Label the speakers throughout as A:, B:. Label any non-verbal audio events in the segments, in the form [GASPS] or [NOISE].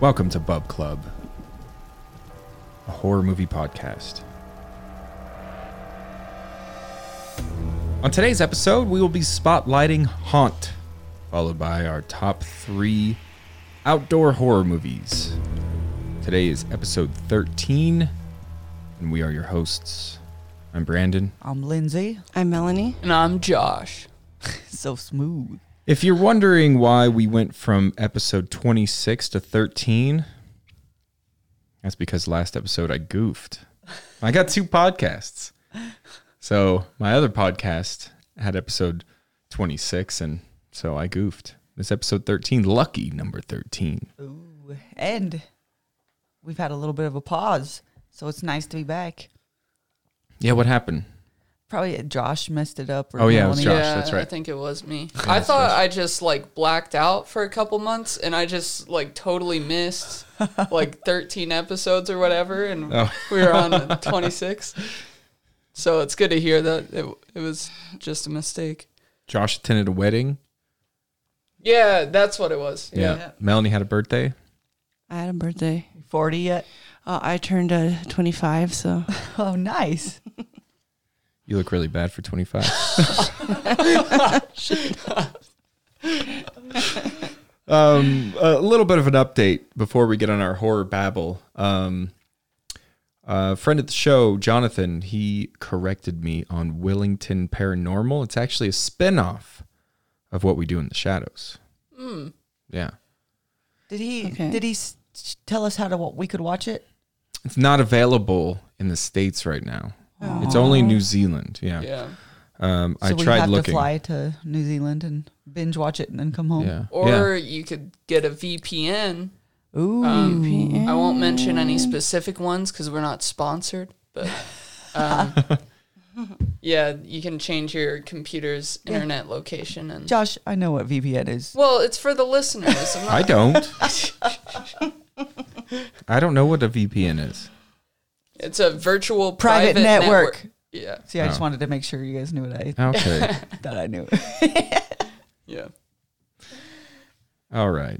A: Welcome to Bub Club, a horror movie podcast. On today's episode, we will be spotlighting Haunt, followed by our top three outdoor horror movies. Today is episode 13, and we are your hosts. I'm Brandon.
B: I'm Lindsay.
C: I'm Melanie.
D: And I'm Josh.
B: [LAUGHS] So smooth.
A: If you're wondering why we went from episode 26 to 13, that's because last episode I goofed. I got two podcasts. So my other podcast had episode 26, and so I goofed. This episode 13, lucky number 13.
B: Ooh. And we've had a little bit of a pause, so it's nice to be back.
A: Yeah, what happened?
B: Probably Josh messed it up. Or
A: Oh, yeah, it was
B: Melanie.
A: Josh, that's
D: I
A: right.
D: think it was me. I thought I just like blacked out for a couple months and I just like
A: [LAUGHS]
D: totally missed like 13 episodes or whatever. And
A: Oh.
D: we were on 26. So it's good to hear that it, it was just a mistake.
A: Josh attended a wedding.
D: Yeah, that's what it was.
A: Yeah. Melanie had a birthday.
C: I had a birthday.
B: You Forty yet? [LAUGHS]
C: Uh, I turned uh, 25, so
B: Oh, nice.
A: You look really bad for
B: [LAUGHS]
A: 25. um, a little bit of an update before we get on our horror babble. Um, a friend of the show, Jonathan, he corrected me on Willington Paranormal. It's actually a spinoff of what we do in the shadows.
B: Hmm.
A: Yeah.
B: Did he?
C: Okay.
B: Did he s- s- tell us how to wa- we could watch it?
A: It's not available in the States right now. It's only in New Zealand. Yeah.
D: Yeah.
A: Um, I
B: Oh. so we
A: tried
B: have to
A: looking.
B: fly to New Zealand and binge watch it and then come home.
A: Yeah. yeah.
D: Or you could get a VPN.
B: Ooh.
D: Um, I won't mention any specific ones because we're not sponsored,
B: [LAUGHS]
D: but um, yeah, you can change your computer's
B: Yeah.
D: internet location and.
B: Josh, I know what VPN is.
D: Well, it's for the listeners. I'm
A: I
D: not,
A: don't. I don't know what a VPN is.
D: it's a virtual
B: Private,
D: private,
B: network.
D: Yeah,
B: See, I just
A: Oh.
B: wanted to make sure you guys knew what I
A: Okay.
B: thought I knew.
D: yeah.
A: All right.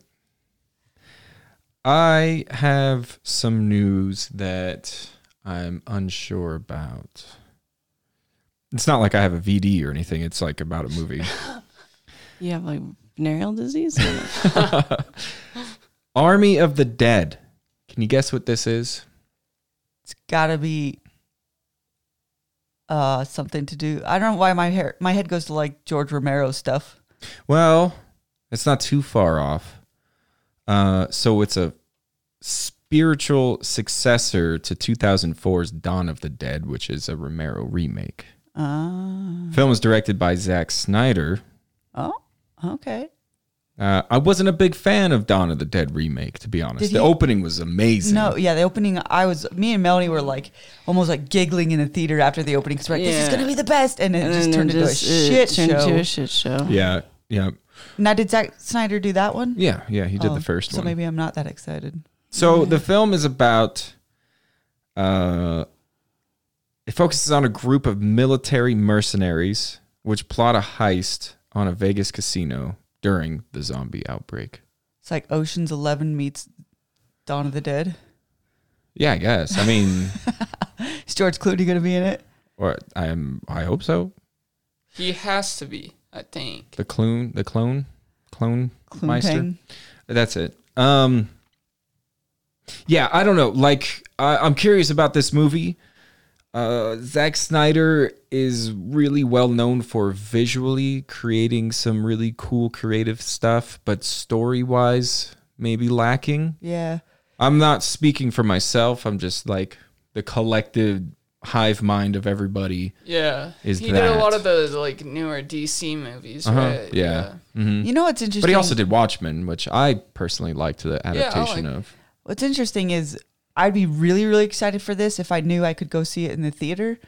A: I have some news that I'm unsure about. It's not like I have a VD or anything. It's like about a movie.
C: you have like
B: [LAUGHS]
C: venereal disease?
A: Army of the Dead. Can you guess what this is?
B: it's got to be uh something to do. I don't know why my hair my head goes to like George Romero stuff.
A: Well, it's not too far off. Uh, so it's a spiritual successor to 2004's Dawn of the Dead, which is a Romero remake.
B: Uh,
A: Film was directed by Zack Snyder.
B: oh, okay.
A: Uh, I wasn't a big fan of Dawn of the Dead remake, to be honest.
B: Did
A: the
B: he-
A: opening was amazing.
B: No, yeah, the opening. I was me and Melanie were like almost like giggling in the theater after the opening because we're like, "This is
D: Yeah.
B: gonna be the best," and it
C: And
B: just
C: then
B: turned
C: it
B: into
C: just-
B: a shit
C: it turned
B: show.
C: into a shit show.
A: Yeah, yeah,
B: now, did Zack Snyder do that one?
A: yeah, yeah. He did
B: Oh,
A: the first
B: so
A: one.
B: maybe I'm not that excited.
A: So the film is about. Uh, it focuses on a group of military mercenaries which plot a heist on a Vegas casino during the zombie outbreak.
B: It's like Ocean's Eleven meets Dawn of the Dead.
A: Yeah, I guess. I mean,
B: Is George Clooney gonna be in it?
A: or I'm. I hope so.
D: He has to be. I think.
A: The clone. The clone. Clone. Meister.
B: Clooney.
A: That's it. Um Yeah, I don't know. Like I I'm curious about this movie. Uh Zack Snyder is really well known for visually creating some really cool creative stuff, but story-wise maybe lacking.
B: Yeah.
A: I'm not speaking for myself. I'm just like the collective hive mind of everybody.
D: Yeah,
A: Is
D: he did a lot
A: that-
D: of the like newer DC movies,
A: Uh-huh,
D: right?
A: yeah.
B: You know what's interesting?
A: Mm-hmm. But he also did Watchmen, which I personally liked the adaptation
D: like-
A: of.
B: What's interesting is I'd be really, really excited for this if I knew I could go see it in the theater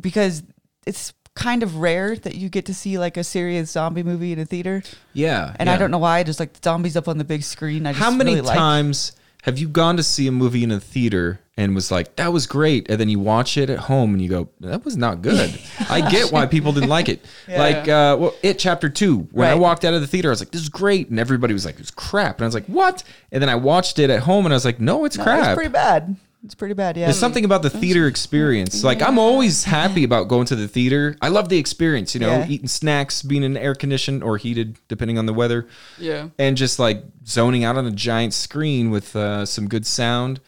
B: because it's kind of rare that you get to see like a serious zombie movie in a theater.
A: Yeah.
B: And I don't know why, I just like the zombies up on the big screen. I just
A: How many
B: really like.
A: times Have you gone to see a movie in a theater and was like, that was great? And then you watch it at home and you go, that was not
B: [LAUGHS]
A: good. I get why people didn't like it. Like, uh, well, It Chapter 2. When I
B: Right.
A: walked out of the theater, I was like, this is great. And everybody was like, it's crap. And I was like, what? And then I watched it at home and I was like, no, it's
B: That was
A: crap.
B: pretty bad. It's pretty bad. Yeah.
A: There's something about the theater experience. Like I'm always happy about going to the theater. I love the experience, you know,
B: Yeah.
A: eating snacks, being in air conditioned or heated, depending on the weather,
D: Yeah.
A: and just like zoning out on a giant screen with uh, some good sound.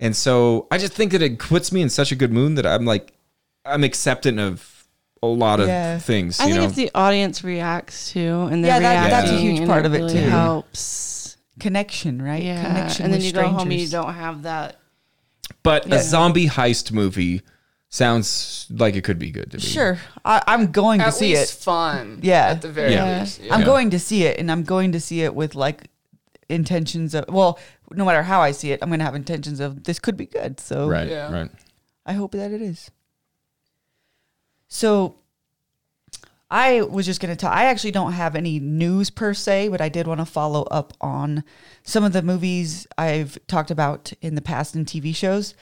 A: And so I just think that it puts me in such a good mood that I'm like, I'm acceptant of a lot of
B: Yeah.
A: things.
C: I
A: You
C: think
A: know,
C: if the audience reacts too, and they're
B: Yeah, that-
A: that's a
C: reacting,
B: huge
C: and
B: part of it,
C: really
B: too.
C: Helps.
B: connection, right?
C: Yeah,
B: Connection
C: and then
B: with
C: you
B: strangers.
C: go home and you don't have that.
A: but
C: Yeah.
A: a zombie heist movie sounds like it could be good to me.
B: Sure, I, I'm going to
D: At
B: see
D: least
B: it.
D: fun.
B: Yeah.
D: At the very
A: Yeah.
D: least.
B: I'm
A: Yeah.
B: going to see it, and I'm going to see it with like intentions of well, no matter how I see it, I'm going to have intentions of this could be good. So
A: Right.
D: Yeah.
A: Right.
B: I hope that it is. So I was just going to tell, I actually don't have any news per se, but I did want to follow up on some of the movies I've talked about in the past in TV shows.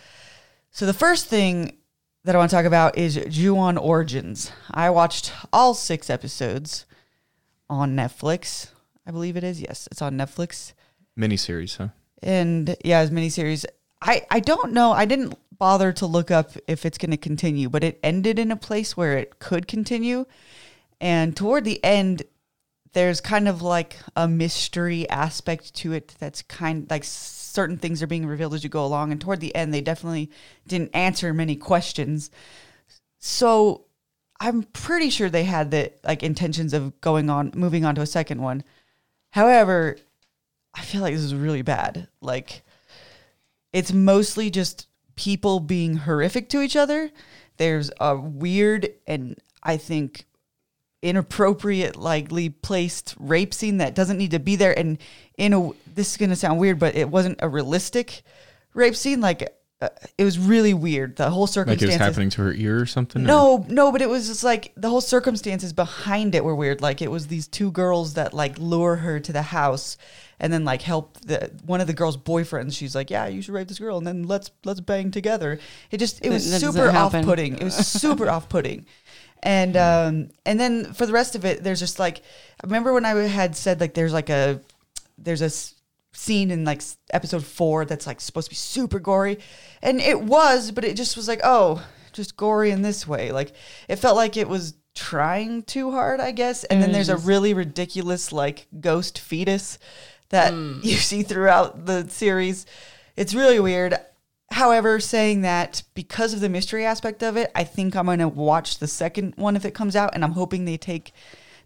B: So the first thing that I want to talk about is ju Origins. I watched all six episodes on Netflix. I believe it is. Yes, it's on Netflix
A: Miniseries, huh?
B: and yeah, as miniseries. I I don't know. I didn't bother to look up if it's going to continue, but it ended in a place where it could continue. And toward the end, there's kind of like a mystery aspect to it that's kind like certain things are being revealed as you go along. And toward the end, they definitely didn't answer many questions. So I'm pretty sure they had the like intentions of going on, moving on to a second one. However, I feel like this is really bad. Like, it's mostly just people being horrific to each other. There's a weird and I think inappropriate, likely placed rape scene that doesn't need to be there. And in a, this is gonna sound weird, but it wasn't a realistic rape scene. Like, uh, it was really weird. The whole
A: Like it was
B: circumstances.
A: happening to her ear or something? or-
B: No, no, but it was just like the whole circumstances behind it were weird. Like it was these two girls that like lure her to the house and then like help the one of the girls' boyfriends. She's like, "Yeah, you should rape this girl and then let's let's bang together." It just it was
C: That- that doesn't
B: super
C: happen.
B: off-putting. It was
C: [LAUGHS]
B: super off-putting. And um and then for the rest of it there's just like I remember when I had said like there's like a there's a s- scene in like s- episode four that's like supposed to be super gory and it was but it just was like oh just gory in this way like it felt like it was trying too hard i guess and
C: Mm.
B: then there's a really ridiculous like ghost fetus that [LAUGHS]
C: Mm.
B: you see throughout the series it's really weird however saying that because of the mystery aspect of it i think i'm going to watch the second one if it comes out and i'm hoping they take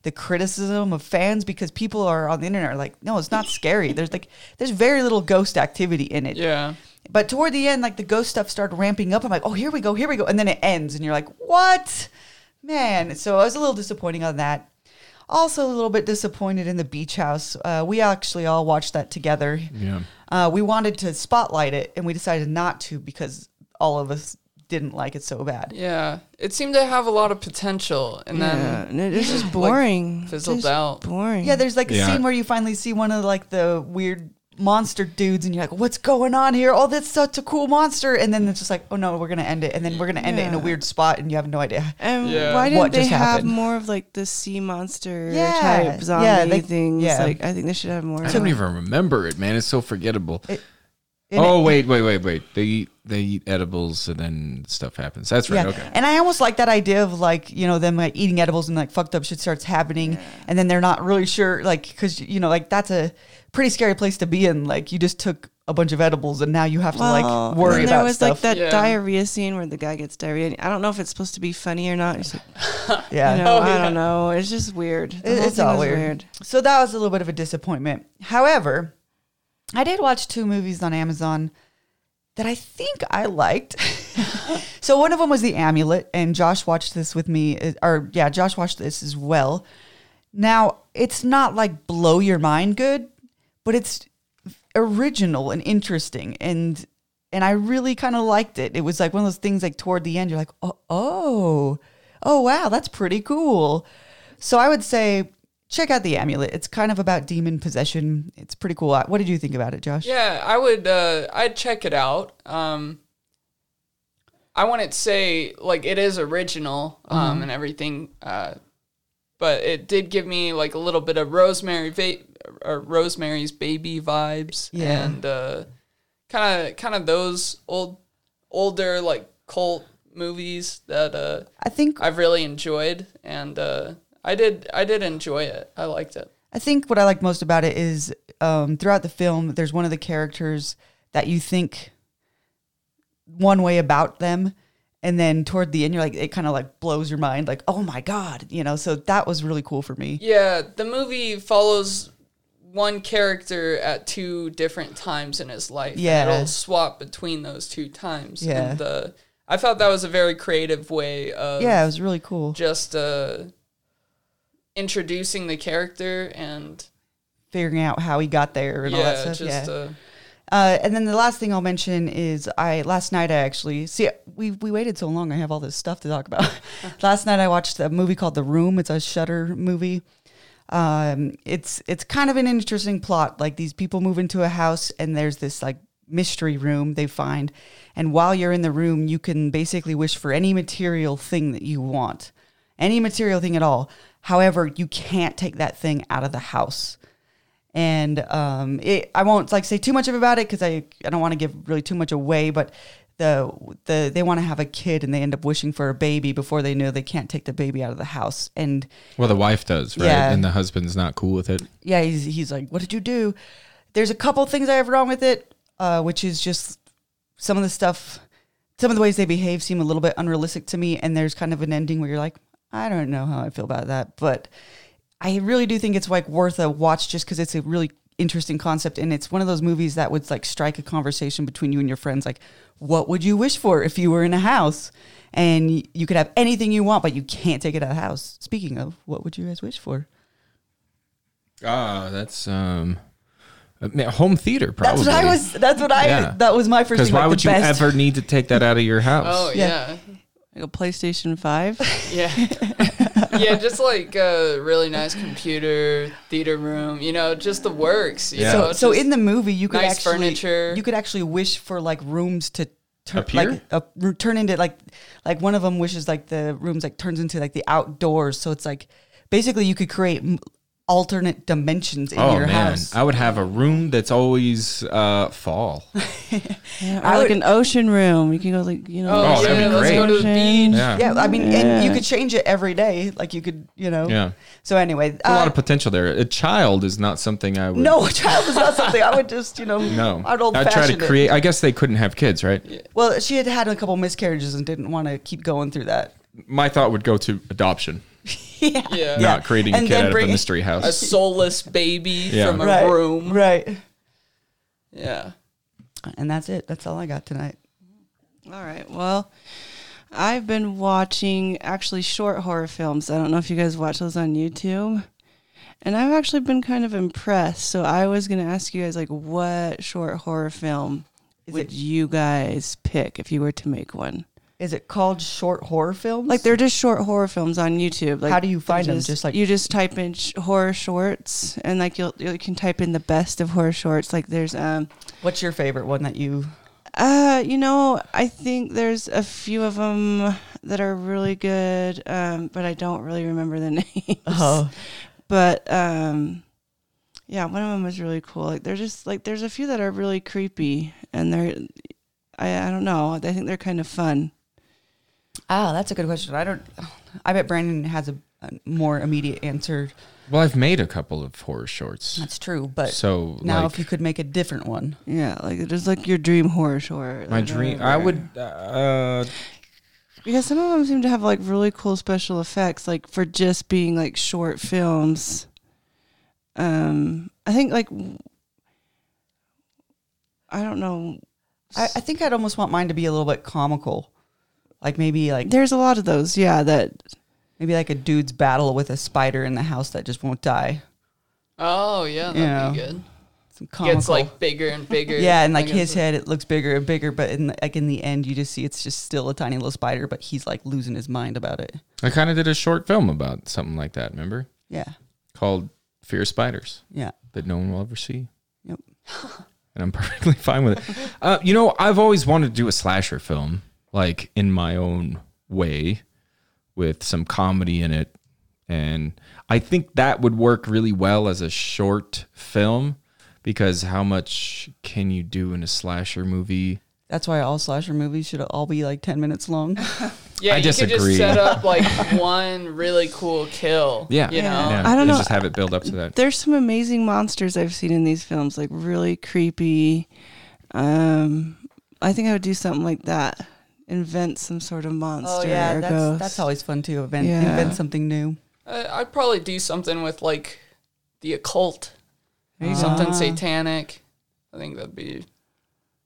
B: the criticism of fans because people are on the internet are like, no, it's not scary. There's like there's very little ghost activity in it.
D: Yeah.
B: But toward the end, like the ghost stuff started ramping up. I'm like, oh, here we go, here we go, and then it ends, and you're like, what, man? So I was a little disappointing on that. Also, a little bit disappointed in the beach house. Uh, we actually all watched that together.
A: Yeah.
B: Uh, we wanted to spotlight it, and we decided not to because all of us didn't like it so bad.
D: Yeah. It seemed to have a lot of potential and
C: um, Yeah,
D: then
C: and it's just
D: like,
C: boring.
D: fizzled
C: Just
D: out.
C: Boring.
B: Yeah, there's like a
A: Yeah.
B: scene where you finally see one of like the weird monster dudes, and you're like, "What's going on here? Oh, that's such a cool monster!" And then it's just like, "Oh no, we're gonna end it," and then we're gonna end it in a
C: Yeah.
B: weird spot, and you have no idea.
C: And
D: Yeah.
C: um, why didn't
B: What
C: they
B: just
C: have
B: happened?
C: more of like the sea monster
B: Yeah,
C: type
B: yeah,
C: zombie
B: they-
C: things?
B: yeah.
C: Like I think they should have more.
A: I
C: of
A: don't
C: that.
A: even remember it, man. It's so forgettable.
B: It- And
A: oh
B: it-
A: wait, wait, wait, wait. They eat they eat edibles and then stuff happens. That's right.
B: Yeah,
A: Okay.
B: and I almost like that idea of like you know them like eating edibles and like fucked up shit starts happening, and then they're not really sure like because you know like that's a pretty scary place to be in. Like you just took a bunch of edibles and now you have to
C: Well,
B: like worry
C: and
B: about
C: There was
B: stuff.
C: like that
D: Yeah.
C: diarrhea scene where the guy gets diarrhea. I don't know if it's supposed to be funny or not. [LAUGHS] It's like,
B: yeah,
C: you know,
D: Oh,
C: I
D: yeah.
C: don't know. It's just weird. The
B: It-
C: whole
B: it's
C: thing
B: all
C: was
B: weird. So that was a little bit of a disappointment. However, I did watch two movies on Amazon that I think I
C: [LAUGHS]
B: liked. so one of them was The Amulet, and Josh watched this with me, uh, or yeah, Josh watched this as well. Now, it's not like blow your mind good, but it's original and interesting and and I really kind of liked it. It was like one of those things like toward the end you're like, "Oh, oh. Oh wow, that's pretty cool." So I would say check out the amulet. It's kind of about demon possession. It's pretty cool. What did you think about it, Josh?
D: Yeah, I would. Uh, I'd check it out. Um, I wouldn't say like it is original um, and everything, uh, but it did give me like a little bit of Rosemary va- or Rosemary's Baby vibes,
B: Yeah.
D: and kind of kind of those old older like cult movies that uh,
B: I think
D: I've really enjoyed, and uh, I did I did enjoy it. I liked it.
B: I think what I like most about it is um, throughout the film, there's one of the characters that you think one way about them, and then toward the end, you're like, it kind of like blows your mind, like, oh my god, you know. So that was really cool for me.
D: Yeah, the movie follows one character at two different times in his life. and
B: Yeah.
D: it'll swap between those two times.
B: Yeah.
D: and uh, I thought that was a very creative way of
B: Yeah, it was really cool.
D: just uh, introducing the character and
B: Figuring out how he got there and all that
D: yeah,
B: stuff.
D: just
B: yeah.
D: Uh,
B: Uh, and then the last thing I'll mention is I last night I actually see we we waited so long I have all this stuff to talk about. [LAUGHS] last night I watched a movie called The Room. It's a Shutter movie. Um, it's it's kind of an interesting plot. Like these people move into a house and there's this like mystery room they find, and while you're in the room, you can basically wish for any material thing that you want, any material thing at all. However, you can't take that thing out of the house and um, it, I won't like say too much about it because I, I don't want to give really too much away. But the the they want to have a kid and they end up wishing for a baby before they know they can't take the baby out of the house. And
A: Well, the wife does, right?
B: Yeah.
A: And the husband's not cool with it.
B: yeah, he's he's like, what did you do? There's a couple things I have wrong with it, uh, which is just some of the stuff, some of the ways they behave seem a little bit unrealistic to me. And there's kind of an ending where you're like, I don't know how I feel about that, but I really do think it's like worth a watch just because it's a really interesting concept and it's one of those movies that would like strike a conversation between you and your friends like what would you wish for if you were in a house and y- you could have anything you want but you can't take it out of the house speaking of what would you guys wish for
A: Ah, that's um, uh, man, home theater probably.
B: That's what I was. That's what I.
A: Yeah.
B: That was my first.
A: Because
B: thing,
A: why
B: like, the
A: would you
B: best.
A: ever need to take that out of your house?
D: oh
B: Yeah.
D: yeah,
C: Like a PlayStation [LAUGHS] 5.
D: yeah, [LAUGHS] yeah, Just like a really nice computer, theater room. You know, just the works. You
A: Yeah.
D: know,
B: So, so
D: just-
B: in the movie, you could
D: nice
B: actually
D: furniture.
B: you could actually wish for like rooms to turn
A: Appear?
B: like a, ru- turn into like like one of them wishes like the rooms like turns into like the outdoors. So it's like basically you could create m- alternate dimensions in
A: Oh,
B: your
A: man,
B: house.
A: I would have a room that's always uh,
B: [LAUGHS]
A: fall.
C: Yeah, or
B: I
C: like
B: would-
C: an ocean room. You can go like, you know,
D: Oh,
A: Oh, that'd
D: yeah,
A: be
D: let's
A: great.
D: go to the
C: ocean.
D: beach.
A: Yeah,
B: yeah, I mean, and you
C: Yeah.
B: could change it every day. Like you could, you know.
A: Yeah.
B: So anyway,
A: a lot
B: uh,
A: of potential there. A child is not something I would.
B: no, [LAUGHS] a child is not something I would just, you know,
A: no.
B: I'd old
A: I try to
B: fashioned
A: create. I guess they couldn't have kids, right?
B: Well, she had had a couple miscarriages and didn't want to keep going through that.
A: My thought would go to adoption,
B: yeah.
D: Yeah.
A: not creating
B: And
A: a kid
B: then
A: out of a
B: bring-
A: mystery house.
D: a soulless baby
A: Yeah.
D: from a
B: Right.
D: room.
B: Right.
D: Yeah.
B: And that's it. That's all I got tonight.
C: All right. Well, I've been watching actually short horror films. I don't know if you guys watch those on YouTube. And I've actually been kind of impressed. So I was going to ask you guys like what short horror film
B: Is
C: would
B: it-
C: you guys pick if you were to make one?
B: Is it called short horror films?
C: Like they're just short horror films on YouTube. Like
B: How do you
C: they're
B: find them? Just like-
C: you just type in sh- horror shorts and like you'll you can type in the best of horror shorts. Like there's um
B: What's your favorite one that you?
C: Uh, you know, I think there's a few of them that are really good, um, but I don't really remember the [LAUGHS] names.
B: Oh,
C: But um, yeah, one of them was really cool. Like they're just like there's a few that are really creepy, and they're I I don't know. I think they're kind of fun.
B: ah, that's a good question. I don't. I bet Brandon has a, a more immediate answer.
A: well, I've made a couple of horror shorts.
B: That's true. But
A: so
B: now,
A: like,
B: if you could make a different one,
C: Yeah, like just like your dream horror short.
A: my
C: like, or
A: dream, I
C: whatever.
A: would. Uh,
C: because some of them seem to have like really cool special effects like for just being like short films um i think like w- i don't know
B: I, I think I'd almost want mine to be a little bit comical, like maybe like
C: there's a lot of those yeah that
B: maybe like a dude's battle with a spider in the house that just won't die.
D: Oh yeah, that'd be
B: Yeah.
D: good.
B: Some comical.
D: Gets like
B: [LAUGHS]
D: bigger and bigger.
B: Yeah, and like his
D: it's-
B: head, it looks bigger and bigger, but in the, like in the end, you just see it's just still a tiny little spider, but he's like losing his mind about it.
A: I kind of did a short film about something like that. Remember?
B: Yeah,
A: called Fear of Spiders
B: Yeah.
A: that no one will ever see.
B: Yep.
A: And I'm [LAUGHS] perfectly fine with it. Uh, you know, I've always wanted to do a slasher film, like in my own way, with some comedy in it. And I think that would work really well as a short film because how much can you do in a slasher movie?
B: That's why all slasher movies should all be like 10 minutes [LAUGHS] long.
D: Yeah,
A: I
D: you could
A: disagree.
D: just set up
B: [LAUGHS]
D: like one really cool kill.
A: Yeah.
D: You know?
A: Yeah,
C: Uh, I don't
A: and
C: know.
A: Just have it build up to that.
C: There's some amazing monsters I've seen in these films, like really creepy. Um, I think I would do something like that. Invent some sort of monster or
B: Oh, that's,
C: ghost.
B: that's always fun too. Invent,
C: Yeah.
B: invent something new.
D: I, I'd probably do something with like the occult,
C: There
B: Ah.
C: you go.
D: something satanic. I think that'd be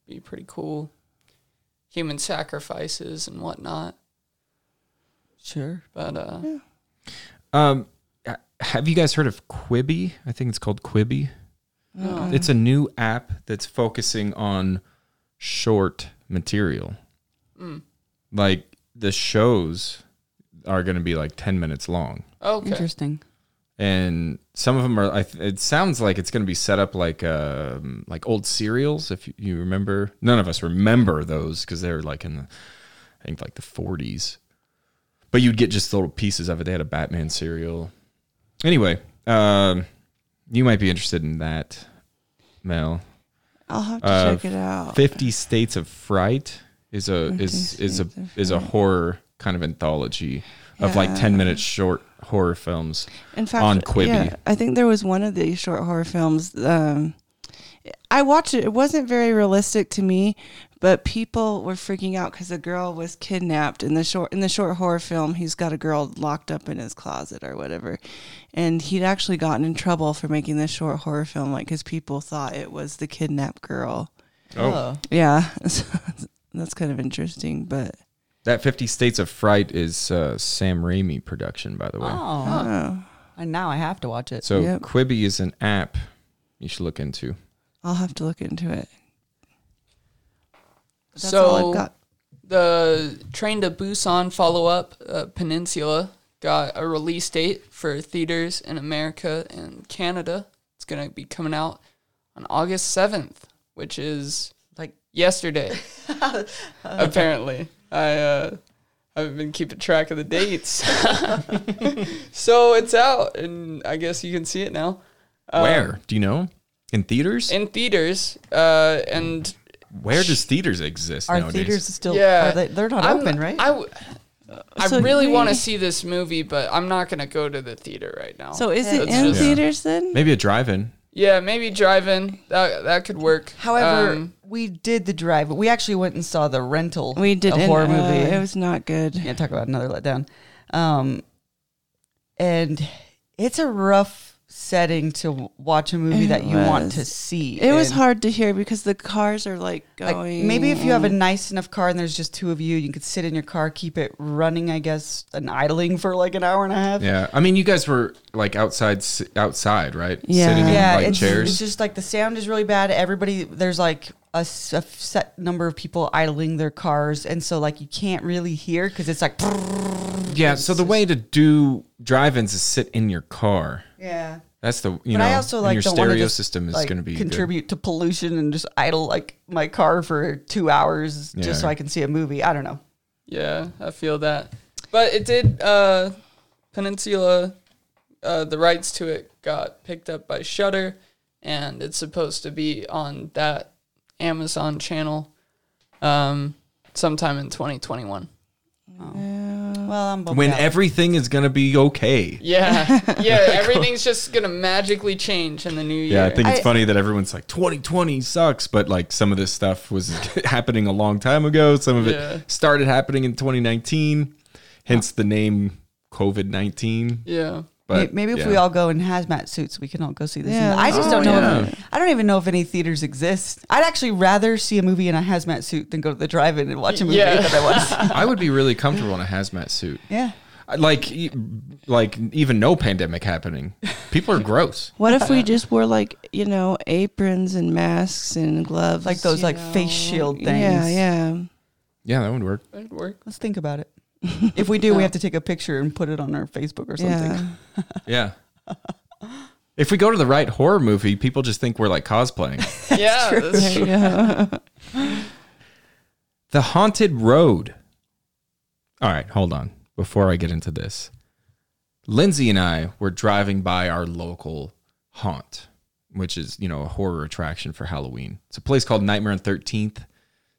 D: be pretty cool. Human sacrifices and whatnot.
B: Sure.
D: But uh,
A: Um, h- have you guys heard of Quibi? I think it's called Quibi.
D: no.
A: It's a new app that's focusing on short material. Like the shows are going to be like 10 minutes long.
D: okay.
B: Interesting.
A: And some of them are. I th- it sounds like it's going to be set up like um, like old serials. If you, you remember, none of us remember those because they were like in the, I think like the 40s. But you'd get just little pieces of it. They had a Batman serial. Anyway, um, you might be interested in that, Mel.
C: I'll have to
A: Uh,
C: check it out.
A: Fifty States of Fright is a is
C: 50
A: is a
C: States of
A: is a horror kind of anthology of like
C: Yeah.
A: ten minute short horror films.
C: In fact,
A: on Quibi.
C: yeah, I think there was one of these short horror films. Um, I watched it. It wasn't very realistic to me, but people were freaking out because the girl was kidnapped in the short in the short horror film. He's got a girl locked up in his closet or whatever, and he'd actually gotten in trouble for making this short horror film, like because people thought it was the kidnapped girl.
A: Oh.
C: Yeah, [LAUGHS] so that's kind of interesting, but
A: That Fifty States of Fright is uh, Sam Raimi production, by the way.
B: Oh.
C: oh,
B: And now I have to watch it.
A: So
C: Yep.
A: Quibi is an app you should look into.
C: I'll have to look into it. But that's
D: So-
C: all I've got.
D: The Train to Busan follow up, uh, Peninsula, got a release date for theaters in America and Canada. It's going to be coming out on August 7th, which is
B: Like
D: yesterday, apparently. I uh, haven't been keeping track of the dates. [LAUGHS] so it's out, and I guess you can see it now. Uh,
A: Where do you know? In theaters?
D: In theaters, uh, and
A: Where does theaters exist
B: our
A: nowadays?
B: theaters are still
D: Yeah.
B: are they, they're not
D: I'm-
B: open, right?
D: I, w- I
C: So
D: really
C: we-
D: want to see this movie, but I'm not going to go to the theater right now.
C: So is it
D: That's
C: in
D: just-
C: theaters then?
A: Maybe a drive-in.
D: yeah, maybe drive-in that that could work.
B: However,
D: Um,
B: we did the drive. We actually went and saw the rental.
C: We did
B: a
C: in-
B: horror
C: uh,
B: movie.
C: It was not good.
B: yeah, talk about another letdown. Um, and it's a rough setting to w- watch a movie
C: It
B: that you want
C: was.
B: to see.
C: It was
B: And,
C: hard to hear because the cars are like going.
B: Like, maybe if you have a nice enough car and there's just two of you, you could sit in your car, keep it running, I guess, and idling for like an hour and a half.
A: Yeah, I mean, you guys were like outside, s- outside, right?
C: Yeah.
A: Sitting in
B: Yeah,
A: like
B: it's,
A: chairs.
B: it's just like the sound is really bad. Everybody, there's like a, s- a set number of people idling their cars, and so like you can't really hear because it's like
A: yeah. So the way to do drive-ins is sit in your car.
B: yeah.
A: That's the you
B: But
A: know.
B: I also
A: and
B: like
A: your
B: don't wanna
A: stereo
B: just,
A: system is
B: like,
A: going to be good.
B: contribute to pollution and just idle like my car for two hours
A: Yeah.
B: just so I can see a movie. I don't know.
D: yeah, I feel that. But it did. Uh, Peninsula, uh, the rights to it got picked up by Shudder, and it's supposed to be on that Amazon channel, um, sometime in 2021.
B: Well, I'm bummed
A: When
B: out.
A: everything is going to be okay.
D: Yeah, [LAUGHS] yeah.
A: [LAUGHS]
D: Everything's just gonna magically change in the new year.
A: Yeah, I think it's
B: I-
A: funny that everyone's like 2020 sucks, but like some of this stuff was [LAUGHS] happening a long time ago. Some of
D: Yeah.
A: it started happening in 2019, hence the name COVID 19.
D: Yeah.
B: May-
A: But
B: maybe if
A: yeah. Oh,
B: we all go in hazmat suits, we can all go see this.
C: Yeah,
B: And I just don't
C: that's
B: know.
C: cool.
B: If, I don't even know if any theaters exist. I'd actually rather see a movie in a hazmat suit than go to the drive-in and watch a movie
D: Yeah.
B: that I
A: [LAUGHS]
B: want. to see.
A: I would be really comfortable in a hazmat suit.
B: Yeah.
A: I- Like, e- like even no pandemic happening, people are gross.
C: What
B: [LAUGHS]
C: if we just wore like you know aprons and masks and gloves,
B: Like those,
C: you
B: like, face
C: know?
B: shield
C: Yeah,
B: things.
C: yeah.
A: Yeah, that would work.
D: That'd work.
B: Let's think about it. [LAUGHS] If we do, we have to take a picture and put it on our Facebook or something.
C: Yeah.
A: Yeah. If we go to the right horror movie, people just think we're like cosplaying.
D: yeah, [LAUGHS] that's true.
C: Yeah.
A: The Haunted Road. All right, hold on. Before I get into this, Lindsay and I were driving by our local haunt, which is, you know, a horror attraction for Halloween. It's a place called Nightmare on 13th.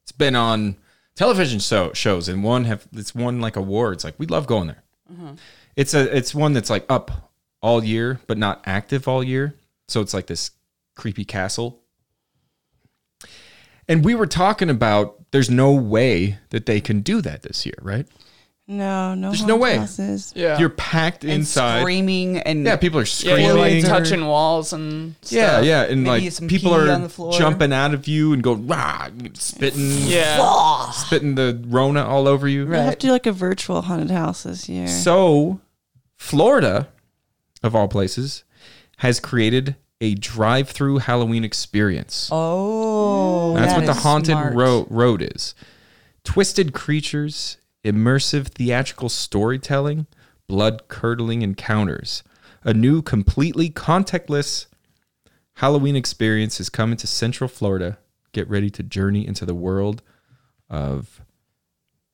A: It's been on television so, shows and one have it's won like awards. Like we love going there. It's a it's one that's like up all year but not active all year. So it's like this creepy castle and we were talking about there's no way that they can do that this year, right?
C: No, no.
A: There's no
C: haunted
A: way.
C: houses.
D: Yeah,
A: You're packed
B: And
A: inside.
B: screaming and
A: Yeah, people are
D: yeah,
A: screaming.
D: you're like
B: Screaming.
D: touching walls and
A: yeah,
D: stuff.
A: yeah, and
B: Maybe
A: like
B: some
A: people
B: pee
A: are
B: on the floor.
A: jumping out of you and going rah, spitting,
D: yeah.
A: spitting the Rona all over you.
C: We'll have to do like a virtual haunted house this year.
A: So, Florida, of all places, has created a drive-through Halloween experience.
B: Oh,
A: That's
B: that
A: what the
B: is
A: haunted
B: smart.
A: ro- road is. Twisted creatures, immersive theatrical storytelling, blood curdling encounters. A new, completely contactless Halloween experience is coming to Central Florida. Get ready to journey into the world of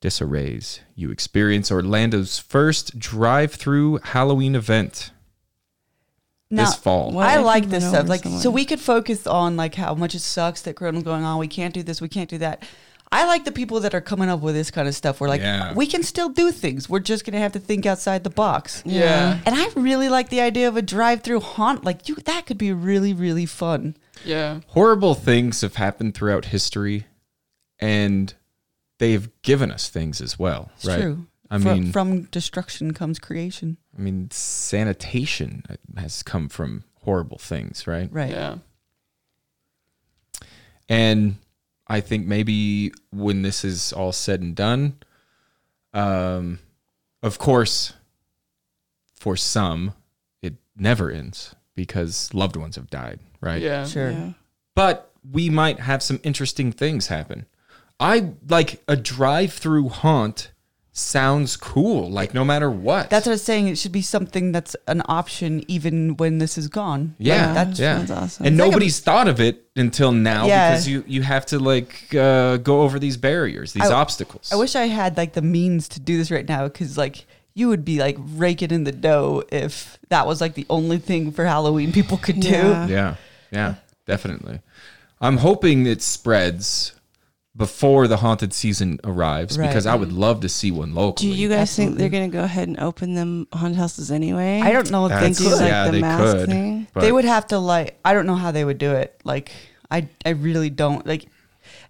A: disarrays. You experience Orlando's first drive-through Halloween event
B: Now,
A: this fall.
C: Well,
B: I
C: I
B: like
C: can
B: this
C: run
B: stuff.
C: over
B: Like, so
C: someone.
B: we could focus on like how much it sucks that Corona's going on. We can't do this. We can't do that. I like the people that are coming up with this kind of stuff. We're like,
A: Yeah.
B: we can still do things. We're just gonna have to think outside the box.
D: Yeah.
B: And I really like the idea of a drive-through haunt. Like, you that could be really, really fun.
D: Yeah.
A: horrible things have happened throughout history and they've given us things as well
B: It's
A: right
B: true.
A: i
B: Fro-
A: mean
B: from destruction comes creation.
A: i mean sanitation has come from horrible things right
D: Yeah.
B: Right.
A: and i think maybe when this is all said and done um of course for some it never ends because loved ones have died right
D: Yeah.
B: Sure.
C: Yeah.
A: but we might have some interesting things happen. I like a drive-through haunt sounds cool. Like no matter what,
B: That's what I was saying. It should be something that's an option even when this is gone.
A: yeah,
B: Like, that's
A: yeah.
C: sounds awesome.
A: And
B: It's like a-
A: nobody's thought of it until now
B: Yeah.
A: because you you have to like uh, go over these barriers, these
B: I-
A: obstacles.
B: I wish I had like the means to do this right now because like you would be like raking in the dough if that was like the only thing for Halloween people could do.
C: Yeah.
A: Yeah, yeah, definitely. I'm hoping it spreads before the haunted season arrives
B: Right.
A: because I would love to see one
C: Do
A: locally.
C: you guys
B: Absolutely.
C: think they're gonna go ahead and open them haunted houses anyway?
B: I don't know if
A: That's-
B: they could.
C: like,
A: yeah,
C: the
A: they
C: mask
A: could.
C: thing?
A: but-
B: they would have to like I don't know how they would do it. Like I I really don't like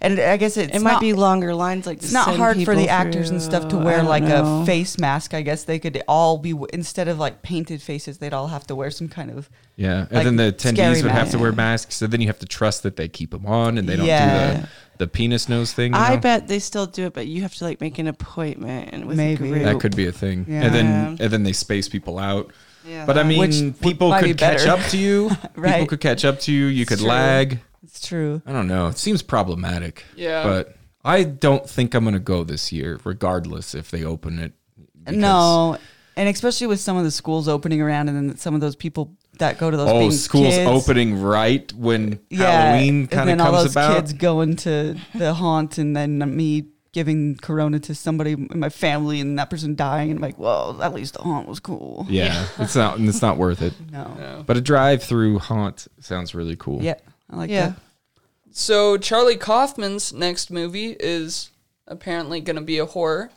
B: and I guess it's
C: It might
B: not-
C: be longer lines. Like
B: it's not hard for the actors and stuff to wear like a face mask. I guess they could all be instead of like painted faces, they'd all have to wear some kind of
A: Yeah, and
B: Like,
A: then the attendees
B: scary
A: would have to
C: mask.
A: wear masks, and then you have to trust that they keep them on and they don't do
B: Yeah.
A: the the penis nose thing. you
C: I
A: know?
C: bet they still do it, but you have to like make an appointment and with
B: Maybe.
C: a group.
A: that could be a thing.
B: Yeah.
A: And then and then they space people out.
C: Yeah.
A: But I mean,
B: Which would
A: people
B: probably
A: could
B: be
A: catch
B: better.
A: up to
B: [LAUGHS]
A: you. People
B: Right.
A: could catch up to you. You could
B: true.
A: lag.
B: it's true.
A: I don't know. It seems problematic.
D: Yeah.
A: But I don't think I'm gonna go this year, regardless if they open it. because-
B: No, and especially with some of the schools opening around, and then some of those people that go to those
A: Oh,
B: being
A: school's
B: kids.
A: opening right when
B: Yeah,
A: Halloween
B: and
A: kind of
B: then all
A: comes
B: those
A: about.
B: kids going to the haunt, and then me giving corona to somebody in my family, and that person dying, and I'm like, well, at least the haunt was cool.
A: yeah,
B: [LAUGHS]
A: it's not. It's not worth it.
B: No, yeah,
A: But a drive-through haunt sounds really cool.
B: I like
C: Yeah.
B: that.
D: So Charlie Kaufman's next movie is apparently going to be a horror.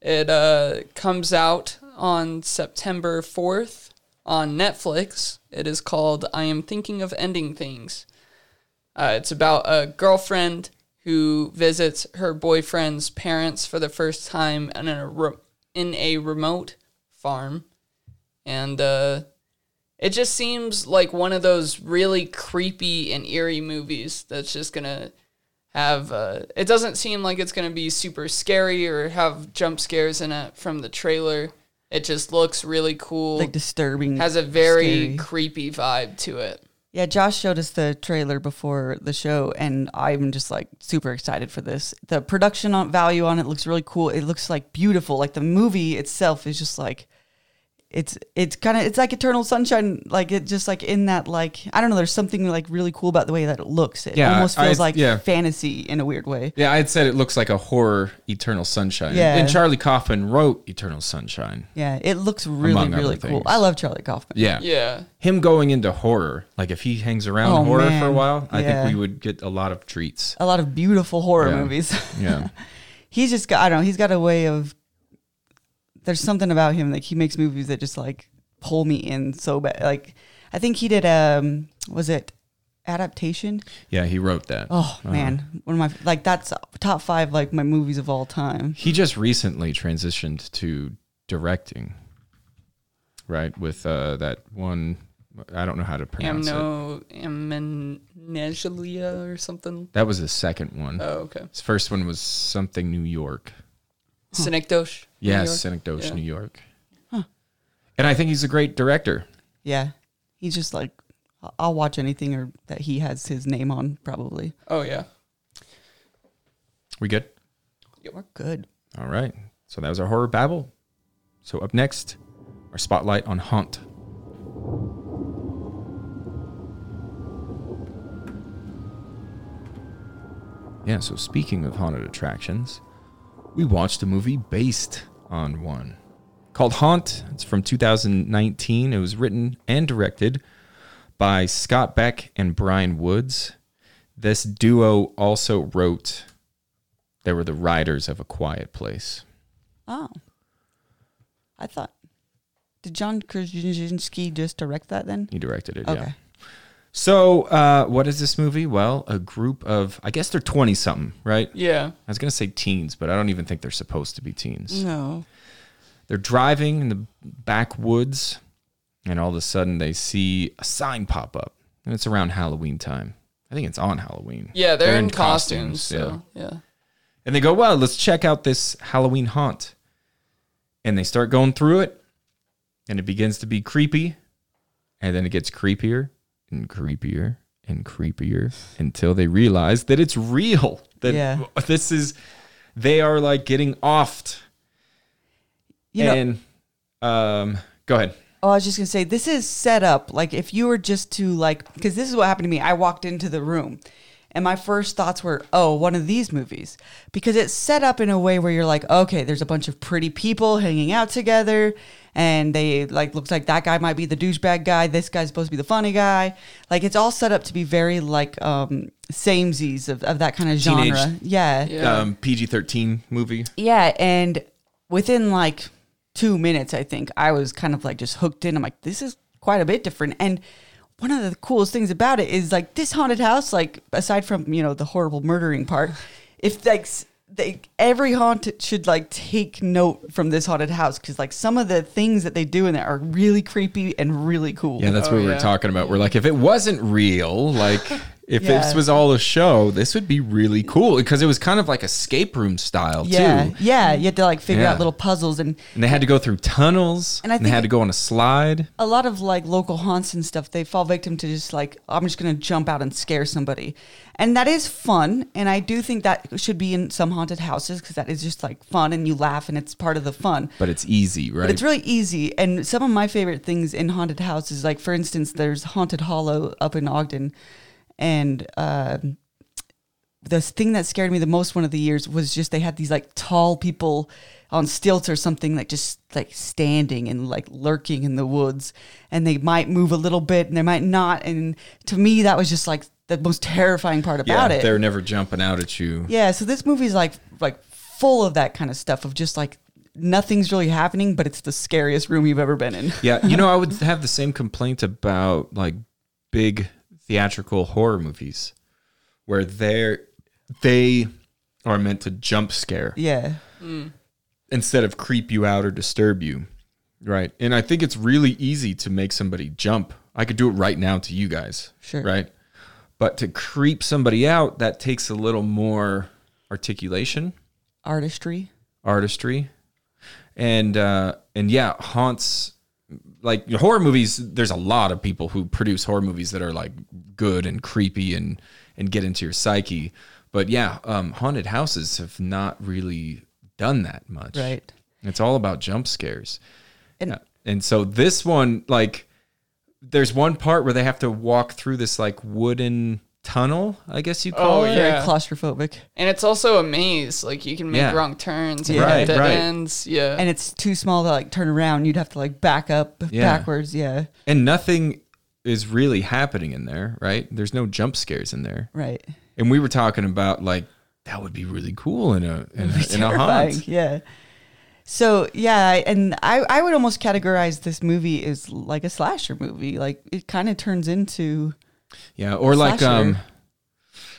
D: It uh, comes out on September 4th on Netflix. It is called I Am Thinking of Ending Things. Uh, it's about a girlfriend who visits her boyfriend's parents for the first time in a, re- in a remote farm. And uh, it just seems like one of those really creepy and eerie movies that's just gonna have. Uh, it doesn't seem like it's gonna be super scary or have jump scares in it from the trailer. It just looks really cool.
B: Like disturbing.
D: has a very
B: scary.
D: creepy vibe to it.
B: Yeah, Josh showed us the trailer before the show, and I'm just like super excited for this. The production on value on it looks really cool. It looks like beautiful. Like the movie itself is just like it's it's kind of it's like Eternal Sunshine, like it just like in that like I don't know. There's something like really cool about the way that it looks. It
A: Yeah,
B: almost feels
A: I-
B: like
A: yeah.
B: fantasy in a weird way.
A: Yeah, I had said it looks like a horror Eternal Sunshine.
B: Yeah.
A: And Charlie Coffin wrote Eternal Sunshine.
B: Yeah, it looks really
A: Among other
B: really cool.
A: things.
B: I love Charlie Kaufman.
A: Yeah.
D: Yeah.
A: Him going into horror, like if he hangs around
B: Oh,
A: horror for a
B: man.
A: while, I
B: Yeah.
A: think we would get a lot of treats.
B: A lot of beautiful horror
A: Yeah.
B: movies.
A: Yeah.
B: he's just got I don't know. He's got a way of. There's something about him like he makes movies that just like pull me in so bad. Like I think he did um was it adaptation?
A: yeah, he wrote that.
B: Oh man, one of my like that's top five like my movies of all time.
A: He just recently transitioned to directing, right? With uh, that one, I don't know how to pronounce it.
D: Amno amnesia or something.
A: That was the second one.
D: Oh, okay.
A: His first one was something New York.
D: Synecdoche. New
A: Yes,
D: York?
A: Synecdoche,
D: Yeah.
A: New York. And I think he's a great director.
B: Yeah, he's just like I- I'll watch anything or that he has his name on probably.
D: Oh yeah.
A: We good?
B: We're good.
A: All right. So that was our horror babble. So up next, our spotlight on Haunt. Yeah, so speaking of haunted attractions, we watched a movie based on one called Haunt. It's from 2019. It was written and directed by Scott Beck and Brian Woods. This duo also wrote they were the writers of A Quiet Place.
B: Oh, I thought did John Krasinski just direct that then?
A: He directed it. Yeah.
B: Okay.
A: So, uh, what is this movie? Well, a group of, I guess they're 20 something, right?
D: Yeah.
A: I was going to say teens, but I don't even think they're supposed to be teens.
C: No.
A: They're driving in the backwoods, and all of a sudden they see a sign pop up, and it's around Halloween time. I think it's on Halloween.
D: Yeah, they're, in, costumes. so, yeah.
A: And they go, well, let's check out this Halloween haunt. And they start going through it, and it begins to be creepy. And then it gets creepier and creepier and creepier until they realize that it's real. That
B: Yeah.
A: [LAUGHS] this is, they are like getting offed.
B: You know,
A: and um, go ahead.
B: Oh, I was just gonna say this is set up like if you were just to like because this is what happened to me. I walked into the room, and my first thoughts were, "Oh, one of these movies," because it's set up in a way where you're like, "Okay, there's a bunch of pretty people hanging out together, and they like looks like that guy might be the douchebag guy. This guy's supposed to be the funny guy. Like it's all set up to be very like um samesies of, of that kind of genre.
A: Teenage-
B: Yeah,
D: Yeah.
A: Um, PG 13 movie.
B: yeah, and within like two minutes, I think I was kind of like just hooked in. I'm like, this is quite a bit different. And one of the coolest things about it is like this haunted house. Like aside from you know the horrible murdering part, if like s- they, every haunt should like take note from this haunted house because like some of the things that they do in there are really creepy and really cool.
A: Yeah, that's what we were
D: yeah.
A: talking about. We're like, if it wasn't real, like if
B: Yeah.
A: this was all a show, this would be really cool because it was kind of like escape room style
B: yeah,
A: too.
B: yeah. You had to like figure
A: Yeah.
B: out little puzzles and
A: And they had to go through tunnels
B: And
A: and,
B: I
A: they
B: think-
A: had to go on a slide.
B: a lot of like local haunts and stuff, they fall victim to just like, I'm just going to jump out and scare somebody. And that is fun. And I do think that should be in some haunted houses because that is just like fun and you laugh and it's part of the fun.
A: But it's easy, right?
B: But it's really easy. And some of my favorite things in haunted houses, like for instance, there's Haunted Hollow up in Ogden. And uh, the thing that scared me the most one of the years was just they had these like tall people on stilts or something, like just like standing and like lurking in the woods. And they might move a little bit and they might not. And to me, that was just like the most terrifying part
A: yeah,
B: about it.
A: they're never jumping out at you.
B: Yeah, so this movie's like like full of that kind of stuff of just like nothing's really happening, but it's the scariest room you've ever been in.
A: Yeah, you know, I would
B: [LAUGHS]
A: have the same complaint about like big theatrical horror movies where they're they are meant to jump scare.
B: Yeah.
A: instead of creep you out or disturb you. Right. And I think it's really easy to make somebody jump. I could do it right now to you guys.
B: Sure.
A: Right. But to creep somebody out, that takes a little more articulation,
B: Artistry.
A: artistry. And uh and yeah, haunts like horror movies, there's a lot of people who produce horror movies that are like good and creepy and and get into your psyche. But yeah, um haunted houses have not really done that much.
B: Right.
A: It's all about jump scares.
B: And
A: Yeah. And so this one, like, there's one part where they have to walk through this like wooden tunnel, I guess you call
D: Oh,
A: it.
B: Very
D: Yeah.
B: claustrophobic.
D: And it's also a maze. Like you can make
A: Yeah.
D: wrong turns and
A: Yeah.
D: have
A: Right,
D: dead
A: right.
D: ends. Yeah.
B: And it's too small to like turn around. You'd have to like back up
A: Yeah.
B: backwards. Yeah.
A: And nothing is really happening in there, right? There's no jump scares in there.
B: Right.
A: And we were talking about like that would be really cool in a in a, in a
B: Terrifying,
A: haunt.
B: Yeah. So yeah, I- and I, I would almost categorize this movie as like a slasher movie. Like it kind of turns into
A: Yeah, or like
B: Slasher.
A: um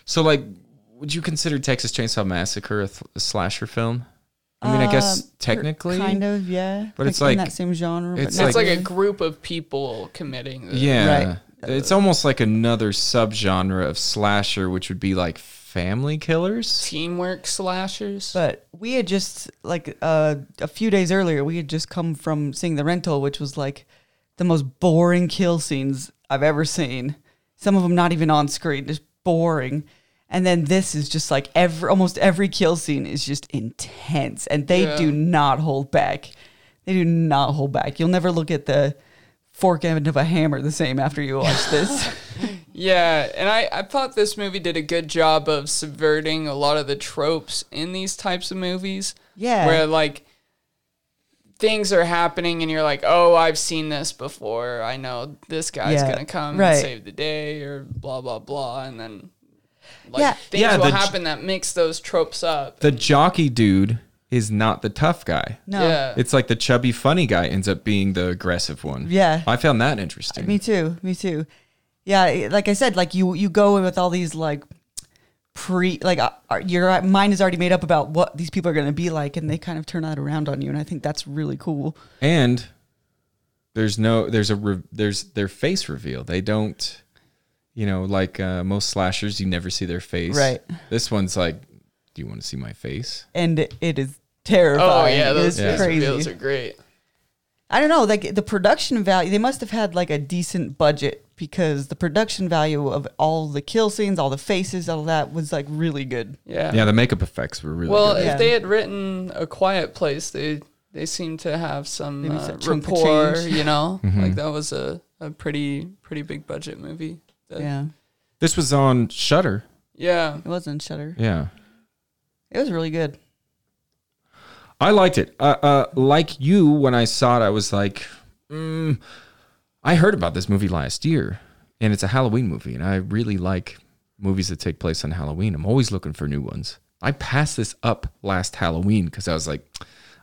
A: so like would you consider Texas Chainsaw Massacre a, th- a slasher film? I mean, I guess
B: um,
A: technically.
B: kind of yeah,
A: but it's
B: in
A: like-
B: that same genre.
A: it's
B: but not
D: it's like,
B: really.
D: a group of people committing. The,
A: Yeah.
B: Right.
A: It's almost like another subgenre of slasher, which would be like family killers.
D: Teamwork slashers.
B: But we had just like uh, a few days earlier, we had just come from seeing the rental, which was like the most boring kill scenes I've ever seen. Some of them not even on screen, just boring. And then this is just like every almost every kill scene is just intense, and they
D: Yeah.
B: do not hold back. They do not hold back. You'll never look at the fork end of a hammer the same after you watch
D: [LAUGHS]
B: this.
D: Yeah, and I, I thought this movie did a good job of subverting a lot of the tropes in these types of movies.
B: Yeah.
D: Where, like, things are happening and you're like, oh, I've seen this before. I know this guy's
B: Yeah,
D: going to come
B: right.
D: and save the day or blah, blah, blah. And then, like,
B: Yeah.
D: things
A: Yeah,
D: will
A: the j-
D: happen that mix those tropes up.
A: The jockey dude is not the tough guy.
B: no,
D: Yeah.
A: It's like the chubby, funny guy ends up being the aggressive one.
B: Yeah.
A: I found that interesting.
B: Me too. Me too. Yeah, it- like I said, like you you go in with all these like pre like uh, uh, your mind is already made up about what these people are going to be like, and they kind of turn that around on you, and I think that's really cool.
A: and there's no, there's a, re, there's their face reveal. They don't, you know, like uh, most slashers, you never see their face.
B: Right.
A: This one's like, do you want to see my face?
B: And it- it is terrifying.
D: oh, yeah,
B: it's
D: those yeah. reveals
B: crazy.
D: are great.
B: I don't know, like the production value. They must have had like a decent budget because the production value of all the kill scenes, all the faces, all that was like really good.
D: Yeah.
A: Yeah, the makeup effects were really
D: Well,
A: good.
D: if
B: Yeah.
D: they had written A Quiet Place, they they seem to have some
B: Maybe
D: uh,
B: some chunk of
D: rapport.
B: change.
A: [LAUGHS]
D: You know,
A: Mm-hmm.
D: like that was a, a pretty pretty big budget movie. That-
B: Yeah,
A: This was on Shutter.
D: yeah.
B: it was on Shutter.
A: Yeah.
B: It was really good.
A: I liked it. Uh, uh, like you, when I saw it, I was like, mm, I heard about this movie last year, and it's a Halloween movie, and I really like movies that take place on Halloween. I'm always looking for new ones. I passed this up last Halloween because I was like,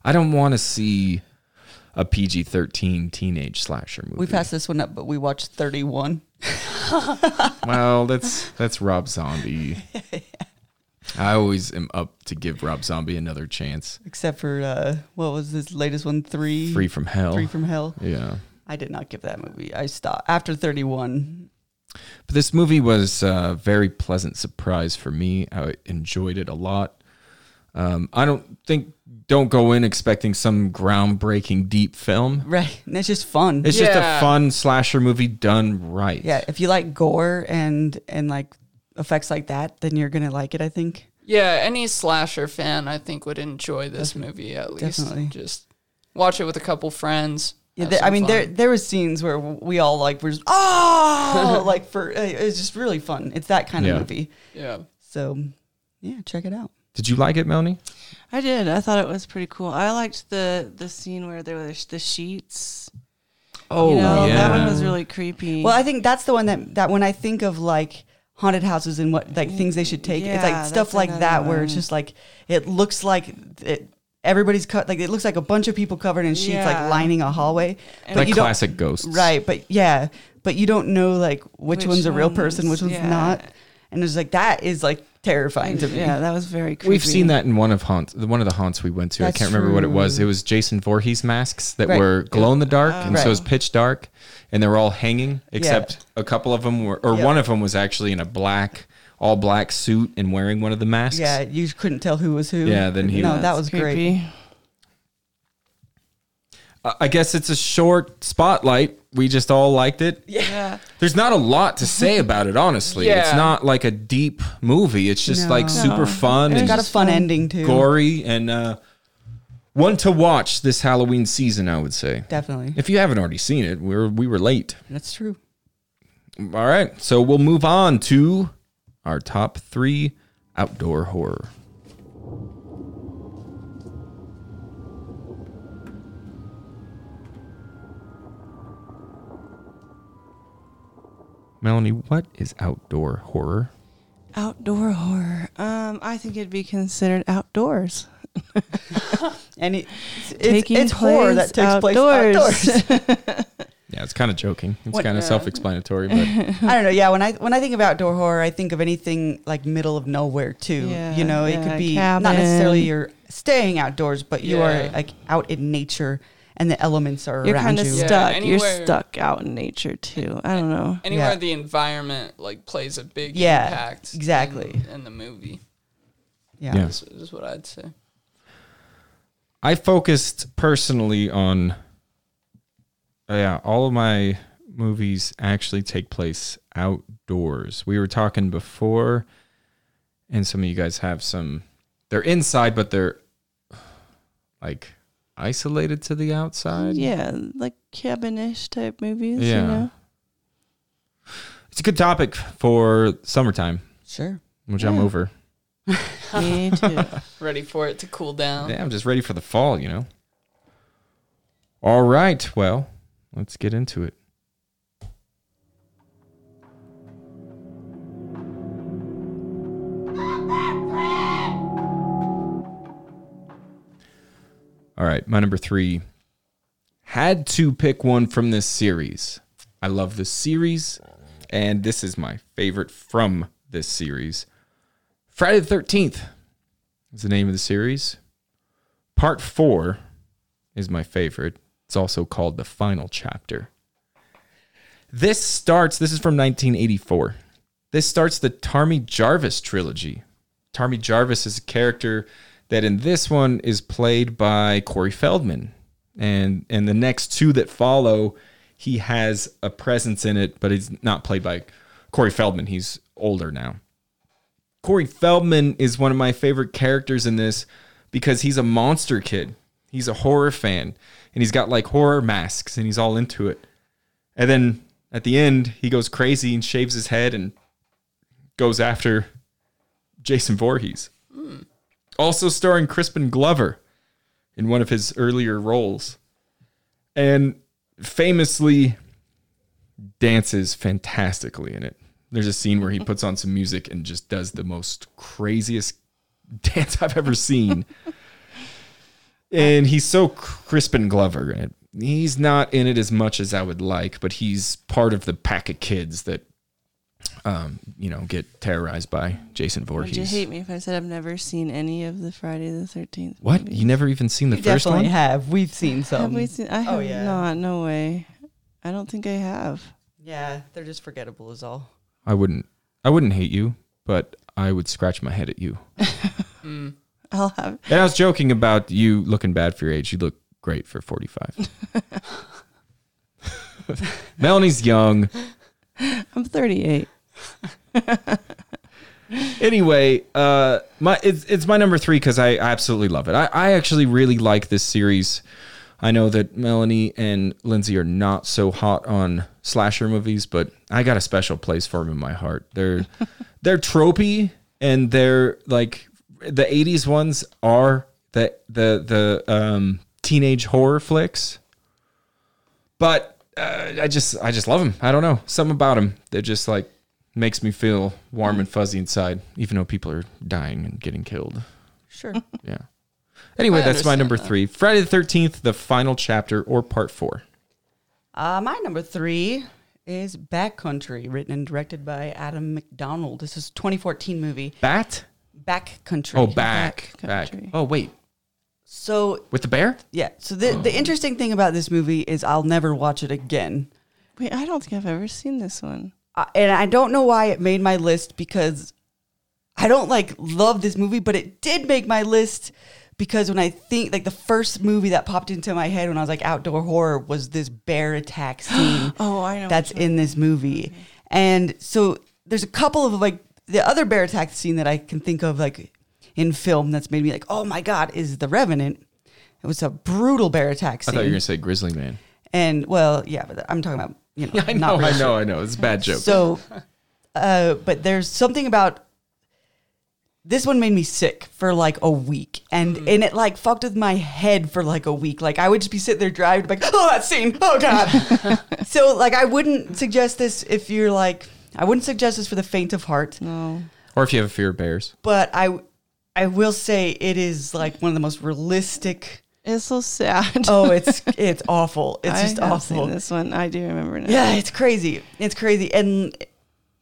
A: I don't want to see a PG 13 teenage slasher movie.
B: We passed this one up, but we watched thirty one.
A: Well, that's that's Rob Zombie. I always am up to give Rob Zombie another chance.
B: except for uh, what was his latest one? Three,
A: Free from hell.
B: Three from hell.
A: yeah.
B: I did not give that movie. I stopped after thirty one.
A: But this movie was a very pleasant surprise for me. I enjoyed it a lot. Um, I don't think don't go in expecting some groundbreaking deep film.
B: Right, [LAUGHS] and it's just fun.
A: It's just a
D: Yeah.
A: fun slasher movie done right.
B: yeah, if you like gore and and like effects like that, then you're gonna like it. I think.
D: Yeah, any slasher fan I think would enjoy this movie at least.
B: definitely.
D: Just watch it with a couple friends.
B: Yeah,
D: have
B: there, I
D: some
B: mean, there
D: fun.
B: there were scenes where we all like were just
A: [LAUGHS]
B: oh, like for it's just really fun. It's that kind
A: Yeah.
B: of movie.
D: Yeah.
B: So, yeah, check it out.
A: Did you like it, Melanie?
C: I did. I thought it was pretty cool. I liked the the scene where there was the sheets.
A: Oh
C: you know, that one was really creepy.
B: Well, I think that's the one that that when I think of like haunted houses and what like things they should take, it's
C: Yeah,
B: like
C: that's
B: stuff like that
C: another
B: where it's
C: one.
B: just like it looks like it. Everybody's cut like it looks like a bunch of people covered in sheets,
C: Yeah.
B: like lining a hallway.
A: like
B: you
A: classic ghosts.
B: don't, right? But yeah, but you don't know like which,
C: Which
B: one's a real person,
C: ones,
B: which one's
C: yeah.
B: not, and it's like that is like terrifying to me.
C: yeah, that was very creepy.
A: We've seen that in one of haunts, the one of the haunts we went to.
B: That's
A: I can't remember what it was.
B: true.
A: It was Jason Voorhees masks that
B: Right. Ah.
A: were glow in the dark, and so it was
B: Right.
A: pitch dark, and they were all hanging. Except a couple of them were, or
B: Yeah.
A: one of them was actually in a black, all black suit and wearing one of the masks.
B: Yeah, you couldn't tell who was who.
A: Yeah, then he
B: no,
A: was-
B: Oh, that was great.
C: creepy.
A: I- I guess it's a short spotlight. We just all liked it.
C: Yeah.
A: [LAUGHS] There's not a lot to say about it, honestly. It's
D: Yeah.
A: not like a deep movie. It's just like
B: No.
A: super fun
B: It's
A: and
B: got a
C: just
B: fun
C: fun.
B: ending too.
A: gory and uh One to watch this Halloween season, I would say.
B: Definitely.
A: If you haven't already seen it, we're we were late.
B: That's true.
A: All right, so we'll move on to our top three outdoor horror. Melanie, what is outdoor horror?
C: Outdoor horror. Um, I think it'd be considered outdoors.
B: And it, it's, it's,
C: Taking
B: it's horror that
C: place
B: takes place
C: outdoors.
B: outdoors.
A: Yeah, it's kind of joking. It's
B: What-
A: kind of self-explanatory, but
B: [LAUGHS] I don't know. [LAUGHS] Yeah, when I when I think of outdoor horror, I think of anything like middle of nowhere too.
C: Yeah,
B: you know, it
C: yeah,
B: could be not
C: cabin.
B: necessarily you're staying outdoors, but you
D: Yeah.
B: are like out in nature and the elements are
C: You're
B: around
C: kind
B: you.
C: of
D: Yeah,
C: stuck.
D: anywhere-
C: You're stuck out in nature too. I don't know.
D: Anywhere
B: Yeah.
D: the environment like plays a big
B: Yeah,
D: impact. in-
B: exactly.
D: In, the movie.
B: Yeah.
A: Yeah.
D: This is what I'd say.
A: I focused personally on uh, yeah, all of my movies actually take place outdoors. We were talking before and some of you guys have some they're inside but they're [SIGHS] like isolated to the outside.
C: Yeah, like cabin-ish type movies.
A: Yeah.
C: You know?
A: It's a good topic for summertime,
B: Sure.
A: which I'm
C: Yeah.
A: over.
C: Me too.
D: [LAUGHS] Ready for it to cool down.
A: Yeah, I'm just ready for the fall, you know. All right, well, let's get into it. All right, my number three. Had to pick one from this series. I love this series, and this is my favorite from this series. Friday the 13th is the name of the series. Part four is my favorite. It's also called the final chapter. This starts, this is from 1984. This starts the Tarmy Jarvis trilogy. Tarmy Jarvis is a character that in this one is played by Corey Feldman. And and the next two that follow, he has a presence in it, but he's not played by Corey Feldman. He's older now. Corey Feldman is one of my favorite characters in this because he's a monster kid. He's a horror fan and he's got like horror masks and he's all into it. And then at the end, he goes crazy and shaves his head and goes after Jason Voorhees. Also starring Crispin Glover in one of his earlier roles. And famously, dances fantastically in it. There's a scene where he puts on some music and just does the most craziest [LAUGHS] dance I've ever seen. and he's so Crispin Glover in it. He's not in it as much as I would like, but he's part of the pack of kids that, um, you know, get terrorized by Jason
C: Would
A: Voorhees.
C: you hate me if I said I've never seen any of the Friday the Thirteenth?
A: what? You never um, even seen the
B: You
A: first
B: definitely
A: one?
B: have. We've seen some.
C: Have we seen? I have
B: Oh, yeah.
C: not. No way. I don't think I have. [LAUGHS]
B: yeah, they're just forgettable is all.
A: I wouldn't. I wouldn't hate you, but I would scratch my head at you.
D: Mm.
C: I'll have.
A: And I was joking about you looking bad for your age. You look great for
B: [LAUGHS]
A: 45. Melanie's young.
C: I'm 38.
A: Anyway, uh, my it's, it's my number three because I, I absolutely love it. I, I actually really like this series. I know that Melanie and Lindsay are not so hot on slasher movies, but I got a special place for them in my heart. They're they're tropey and they're like the '80s ones are the the the um, teenage horror flicks. but uh, I just I just love them. I don't know something about them that just like makes me feel warm and fuzzy inside, even though people are dying and getting killed.
B: Sure.
A: Yeah. Anyway,
D: I
A: that's my
D: understand
A: number
D: that.
A: three. Friday the Thirteenth, the final chapter or part four.
B: [LAUGHS] Uh, my number three is Backcountry, written and directed by Adam McDonald. This is 2014 movie
A: Bat?
B: Backcountry.
A: Oh, back, back.
C: Backcountry.
A: Oh, wait,
B: So
A: with the bear?
B: yeah, so the
A: Oh.
B: the interesting thing about this movie is I'll never watch it again.
C: Wait, I don't think I've ever seen this one.
B: I- and I don't know why it made my list because I don't like love this movie, but it did make my list because when I think like the first movie that popped into my head when I was like outdoor horror was this bear
A: [GASPS]
B: attack scene.
C: Oh, I know.
B: that's in this movie. And so there's a couple of like the other bear attack scene that I can think of like in film that's made me like, oh my god, is The Revenant. It was a brutal bear attack
A: I
B: scene.
A: thought you were gonna say Grizzly Man.
B: and well, yeah, but I'm talking about you know.
A: [LAUGHS] I know,
B: not
A: I
B: really
A: know, I know. It's a bad joke.
B: So, uh, but there's something about this one made me sick for like a week, and
A: Mm.
B: and it like fucked with my head for like a week. Like I would just be sitting there driving, like, oh that scene, oh god.
A: [LAUGHS]
B: so like I wouldn't suggest this if you're like I wouldn't suggest this for the faint of heart,
A: Mm.
C: No.
A: or if you have a fear of bears,
B: but I I will say it is like one of the most realistic.
C: It's so sad.
B: Oh,
C: [LAUGHS]
B: it's it's awful. It's
C: I
B: just
C: have
B: awful.
C: Seen this one, I do remember now.
B: Yeah, it's crazy. It's crazy. And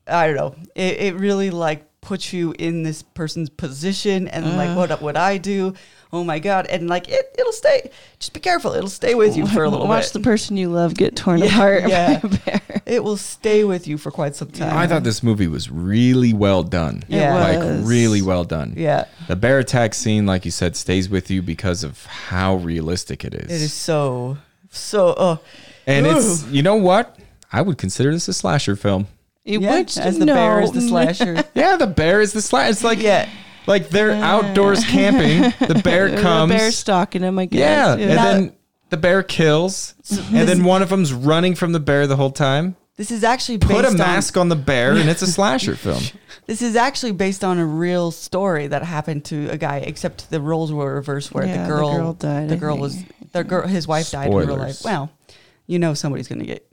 B: I don't know. It, it really like puts you in this person's position and like
C: Uh-huh.
B: what would I do? Oh my god. And like it it'll stay just be careful. It'll stay with you for a little
C: Watch the
B: bit.
C: person you love get torn apart
B: yeah.
C: by a bear. [LAUGHS]
B: it will stay with you for quite some time.
A: I thought this movie was really well done.
B: Yeah.
A: like
C: was.
A: really well done.
B: yeah.
A: The bear attack scene, like you said, stays with you because of how realistic it is.
B: It is so so oh
A: and
B: Ooh.
A: it's you know what? I would consider this a slasher film.
C: You
B: yeah,
C: would
B: as the bear is the
C: know. [LAUGHS]
B: slasher.
A: Yeah, the bear is the slash. It's like
B: yeah.
A: like they're outdoors camping.
B: [LAUGHS]
A: The bear comes.
C: The bear stalking him, I
A: yeah,
C: guess.
A: and then the bear kills, and then one of them's running from the bear the whole time.
B: This is actually based
A: Put a
B: on-
A: mask on the bear, and
B: [LAUGHS]
A: it's a slasher film.
B: This is actually based on a real story that happened to a guy, except the roles were reversed, where
C: Yeah,
B: the
C: the
B: girl,
C: girl died,
B: The
C: I
B: girl was the girl. His wife died in real
A: Spoilers.
B: life. Well, you know somebody's gonna get,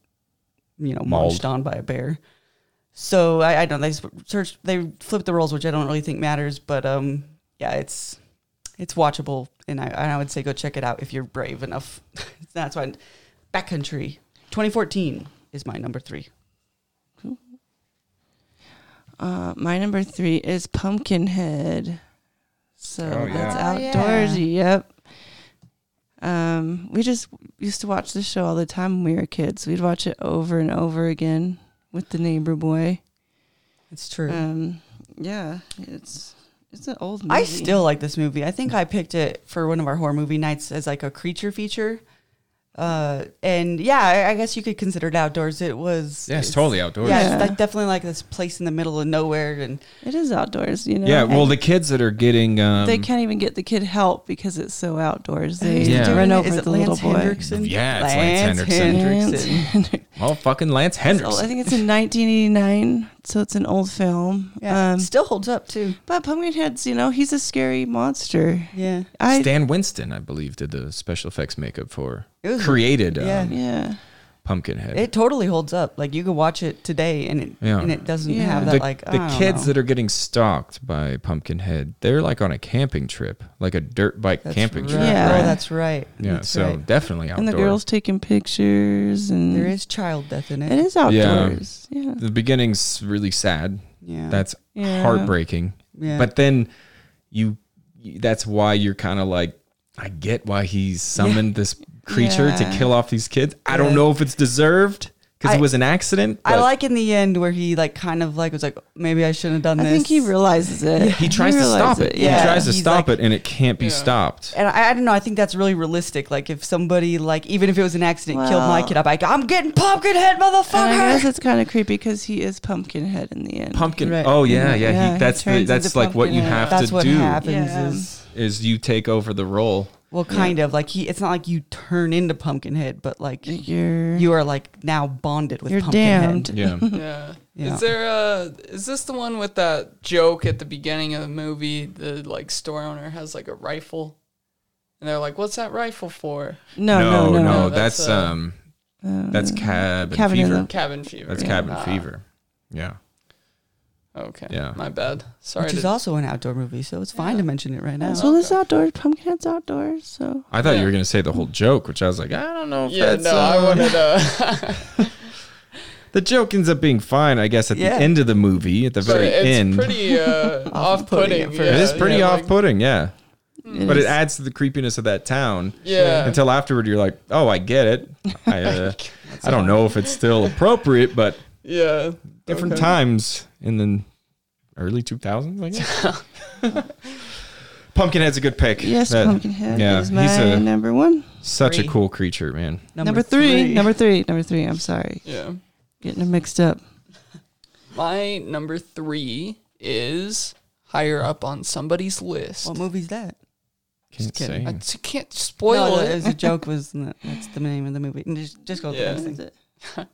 B: you know,
A: Mauled.
B: munched on by a bear. So I, I don't. They s- searched. They flipped the roles, which I don't really think matters. But um, yeah, it's it's watchable, and I and I would say go check it out if you're brave enough. [LAUGHS] That's why backcountry 2014 is my number three.
C: Uh, my number three is Pumpkinhead. So
A: Oh, yeah.
C: that's
B: Oh, yeah.
C: outdoorsy. Yep. Um, we just used to watch this show all the time when we were kids. We'd watch it over and over again with the neighbor boy.
B: It's true.
C: Um, yeah, it's it's an old. Movie.
B: I still like this movie. I think I picked it for one of our horror movie nights as like a creature feature. Uh, and yeah, I, I guess you could consider it outdoors. It was
A: Yeah, it's totally outdoors.
B: Yeah, it's
C: Yeah.
B: like definitely like this place in the middle of nowhere, and
C: It is outdoors, you know.
A: Yeah, well,
C: And
A: the kids that are getting um,
C: they can't even get the kid help because it's so outdoors. They
A: Who's Yeah.
C: run
B: Doing it-
C: over
B: is it
C: the
B: Lance
C: little boy.
B: Hendrickson?
A: Yeah, it's Lance Hendrickson.
B: Hendrickson.
A: well, fucking Lance
C: So
A: Hendrickson.
C: I think it's in 1989, so it's an old film.
B: Yeah,
C: Um,
B: still holds up too.
C: but Pumpkinhead's, you know, he's a scary monster.
B: Yeah,
C: I
A: Stan Winston, I believe, did the special effects makeup for
B: It was-
A: created um,
B: yeah.
C: yeah,
A: Pumpkinhead.
B: it totally holds up. Like you could watch it today, and it
A: Yeah.
B: and it doesn't
C: Yeah.
B: have that
A: the,
B: like
A: the kids that are getting stalked by Pumpkinhead, they're like on a camping trip, like a dirt bike camping trip.
C: right.
B: Yeah,
A: right?
B: oh, that's right.
A: yeah.
B: That's
A: so
B: right.
A: definitely outdoor.
C: and the girls taking pictures, and
B: there is child death in it.
C: it is outdoors. Yeah,
A: The beginning's really sad.
B: Yeah,
A: That's
C: Yeah.
A: heartbreaking.
B: Yeah.
A: But then you, you- that's why you're kind of like, I get why he's summoned this creature to
C: Yeah.
A: kill off these kids. I don't
B: Yeah.
A: know if it's deserved because
B: I-
A: it was an accident.
B: I
A: but-
B: like in the end where he like kind of like was like maybe I shouldn't have done
C: I
B: this.
C: think he realizes it.
A: He tries to stop
C: realizes
A: it.
C: Yeah,
A: He tries to
B: He's
A: stop
B: like-
A: it, and it can't be
D: Yeah.
A: stopped.
B: and I, I don't know. I think that's really realistic. Like if somebody like even if it was an accident killed my
C: Well-
B: kid, I'm like I'm getting pumpkin head,
C: and I guess
B: motherfucker.
C: it's kind of creepy because he is Pumpkinhead in the end.
A: Pumpkin.
B: Right.
A: Oh yeah, yeah.
C: Yeah,
A: he,
C: he
A: that's the,
C: turns
A: that's
C: into
A: like what you
C: pumpkin
A: have
B: That's
A: to
B: what
A: do
B: happens
C: Yeah.
B: is
A: is you take over the role.
B: well, kind of like he. It's not like you turn into pumpkin head, but like
C: You're
B: you are like now bonded with
C: You're
B: pumpkin
C: damned.
B: head.
A: Yeah.
D: Yeah.
B: [LAUGHS] Yeah.
D: Is there a is this the one with that joke at the beginning of the movie? The like store owner has like a rifle, and they're like, "What's that rifle for?"
C: no, no,
D: [LAUGHS]
C: no, Uh,
D: no.
A: That's,
D: That's, uh,
A: um. That's cabin,
C: Cabin in
A: fever.
C: the-
D: Cabin fever.
A: that's cabin
D: Ah,
A: fever. Yeah.
D: Okay.
A: Yeah.
D: My bad. Sorry.
B: Which
D: to-
B: is also an outdoor movie, so it's fine to mention it right now.
C: Well, it's outdoors. Pumpkinhead's outdoors, so
A: I thought you
D: Yeah.
A: were gonna say the whole joke, which I was like, I don't know. If
D: yeah.
A: that's, uh,
D: No, I wanted [LAUGHS] to.
A: The joke ends up being fine, I guess, at
B: Yeah.
A: the end of the movie, at the
D: but
A: very
D: it's
A: end.
D: pretty uh,
B: Off-putting
D: off-putting.
B: at
D: Yeah,
B: first.
A: it is pretty
D: yeah, like-
A: off-putting, yeah.
B: Hmm.
C: it
A: But
C: is-
A: it adds to the creepiness of that town.
D: Yeah.
A: until afterward you're like oh i get it i,
D: [LAUGHS]
A: uh, I don't know if it's still appropriate but
D: yeah.
A: different
D: okay.
A: times in the early 2000s i guess
D: [LAUGHS]
A: pumpkinhead's a good pick
C: yes,
A: That-
C: Pumpkinhead
A: yeah
C: is
A: he's
C: my
A: a,
C: number one.
A: such
B: Three.
A: a cool creature man
C: Number, three. Number three. Number three. I'm sorry.
D: Yeah.
C: Getting them mixed up.
D: My number three is higher up on somebody's list.
B: what movie's that?
A: Can't say.
D: I t- can't spoil
C: no,
D: it.
C: it was a joke, wasn't it?
B: That's the name of the movie. And Just, just go
D: Yeah.
B: to the
C: Is
B: next thing.
C: it?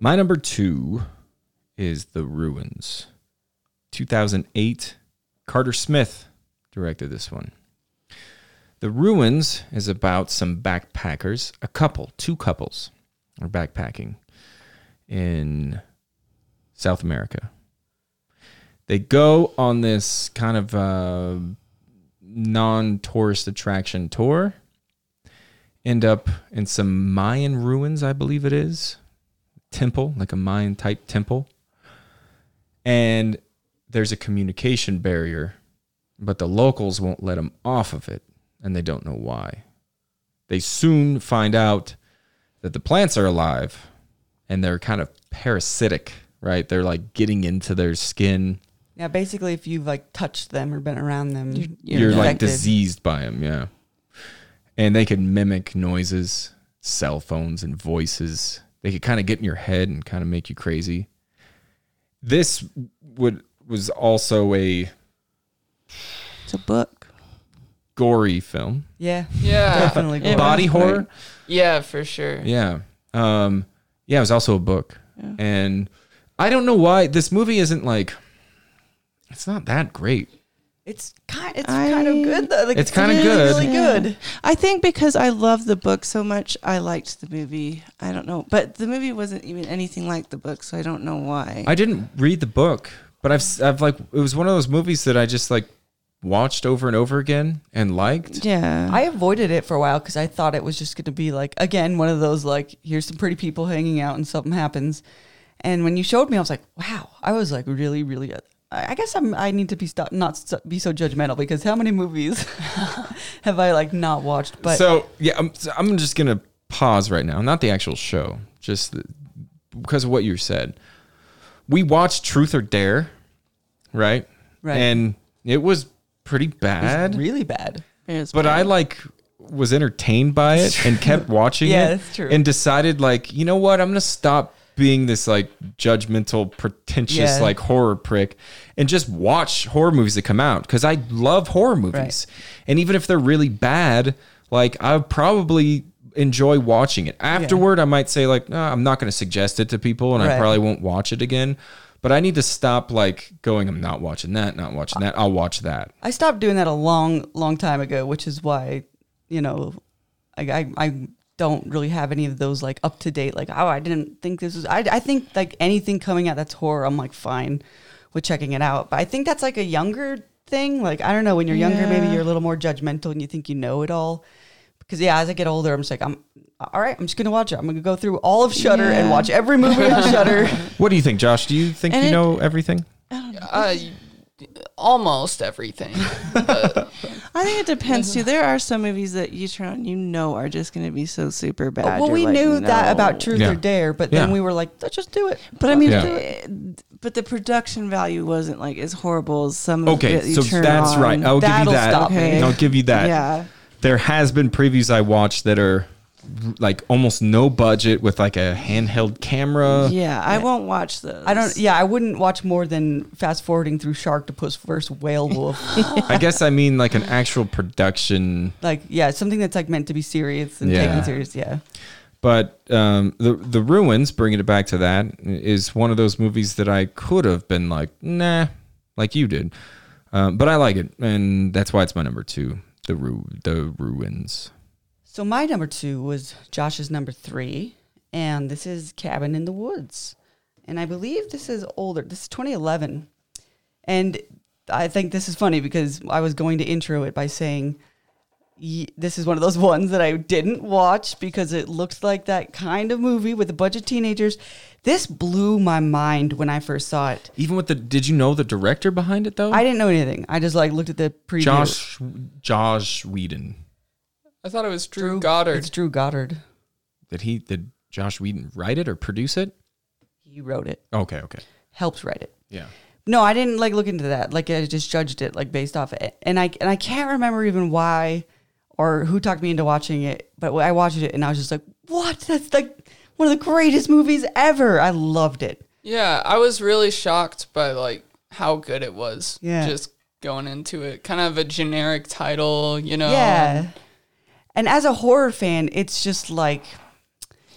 A: My number two is The Ruins. 2008, Carter Smith directed this one. The Ruins is about some backpackers, a couple, two couples are backpacking in South America. They go on this kind of uh, non tourist attraction tour, end up in some Mayan ruins, I believe it is temple, like a Mayan type temple. And there's a communication barrier, but the locals won't let them off of it, and they don't know why. They soon find out that the plants are alive and they're kind of parasitic, right? They're like getting into their skin.
B: Now, basically, if you've like touched them or been around them, you're,
A: You're like
B: infected.
A: diseased by them, yeah. And they could mimic noises, cell phones, and voices. They could kind of get in your head and kind of make you crazy. This would was also a
C: It's a book.
A: gory film, [LAUGHS]
B: Yeah,
D: yeah,
B: definitely.
C: Yeah.
B: gore.
A: body horror.
D: yeah, for sure.
A: Yeah, um, yeah. It was also a book, and I don't know why this movie isn't like. It's not that great.
B: It's kind. It's
C: I-
B: kind of good though. Like,
A: It's kinda
B: really,
A: good.
B: Really
C: Yeah.
B: good.
C: I think because I love the book so much, I liked the movie. I don't know, but the movie wasn't even anything like the book, so I don't know why.
A: I didn't read the book, but I've s- I've like it was one of those movies that I just like watched over and over again and liked.
C: yeah,
B: I avoided it for a while because I thought it was just going to be like again one of those like here's some pretty people hanging out and something happens. And when you showed me, I was like, wow. I was like really, really. I I guess I'm. I need to be stop, not so- be so judgmental because how many movies [LAUGHS] have I like not watched? But
A: so yeah, I'm so I'm just gonna pause right now. Not the actual show, just the, because of what you said. We watched Truth or Dare, right?
B: Right.
A: And it was pretty
B: it's
A: bad,
B: really bad.
C: It was
A: but I like was entertained by it
B: [LAUGHS]
A: and kept watching
B: Yeah,
A: it.
B: that's true.
A: And decided like, you know what? I'm gonna stop being this like judgmental, pretentious
B: Yeah.
A: like horror prick and just watch horror movies that come out because I love horror movies.
B: Right.
A: And even if they're really bad, like I probably enjoy watching it. Afterward, I might say like, "Nah, I'm not going to suggest it to people, and I
B: Right.
A: probably won't watch it again. But I need to stop like going. I'm not watching that. Not watching
B: Uh,
A: that. I'll watch that.
B: I stopped doing that a long, long time ago, which is why, you know, I, I, I don't really have any of those like up to date, like, oh, I didn't think this was, I, I think like anything coming out that's horror, I'm like fine with checking it out. But I think that's like a younger thing. Like, I don't know, when you're younger, maybe
C: Yeah.
B: you're a little more judgmental and you think you know it all. Because yeah, as I get older, I'm just like, I'm all right. I'm just gonna watch it. I'm gonna go through all of Shutter and
C: Yeah.
B: watch every movie
C: [LAUGHS]
B: on Shutter.
A: What do you think, Josh? Do you think
C: And
A: you
C: it-
A: know everything?
D: Uh, almost everything.
C: I think it depends too. There are some movies that you turn on, you know, are just going to be so super bad.
B: well,
C: You're
B: we
C: like,
B: knew that
C: no.
B: about Truth
A: Yeah.
B: or Dare, but
A: Yeah.
B: then we were like, let's just do it.
C: But I mean,
A: Yeah.
C: the- but the production value wasn't like as horrible as some. of
A: Okay,
C: it you
A: so
C: turn
A: that's
C: on.
A: right. I'll give
B: That'll
A: you that.
B: stop
C: me.
A: I'll give you that.
C: Yeah.
A: There has been previews I watched that are like almost no budget with like a handheld camera.
C: yeah, I won't watch those.
B: I don't. Yeah, I wouldn't watch more than fast forwarding through Sharktopus versus Whale Wolf.
A: I guess I mean like an actual production
B: like, yeah, something that's like meant to be serious and
A: Yeah.
B: taken serious. Yeah,
A: But um, the the ruins, bringing it back to that, is one of those movies that I could have been like, nah, like you did. Um, but I like it, and that's why it's my number two. The ru- the ruins.
B: So my number two was Josh's number three, and this is Cabin in the Woods, and I believe this is older. This is 2011, and I think this is funny because I was going to intro it by saying. "Ye- This is one of those [LAUGHS] ones that I didn't watch because it looked like that kind of movie with a bunch of teenagers. This blew my mind when I first saw it.
A: Even with the, did you know the director behind it though?
B: I didn't know anything. I just like looked at the preview.
A: Josh Josh Whedon.
D: I thought it was Drew, Goddard.
B: It's Drew Goddard.
A: Did he did Josh Whedon write it or produce it?
B: He wrote it.
A: Okay, okay,
B: Helps write it.
A: yeah.
B: No, I didn't like look into that. Like I just judged it like based off it. And I and I can't remember even why or who talked me into watching it. But I watched it and I was just like, what? That's like one of the greatest movies ever. I loved it.
D: Yeah, I was really shocked by like how good it was.
B: Yeah.
D: Just going into it. Kind of a generic title, you know.
B: Yeah. And as a horror fan, it's just like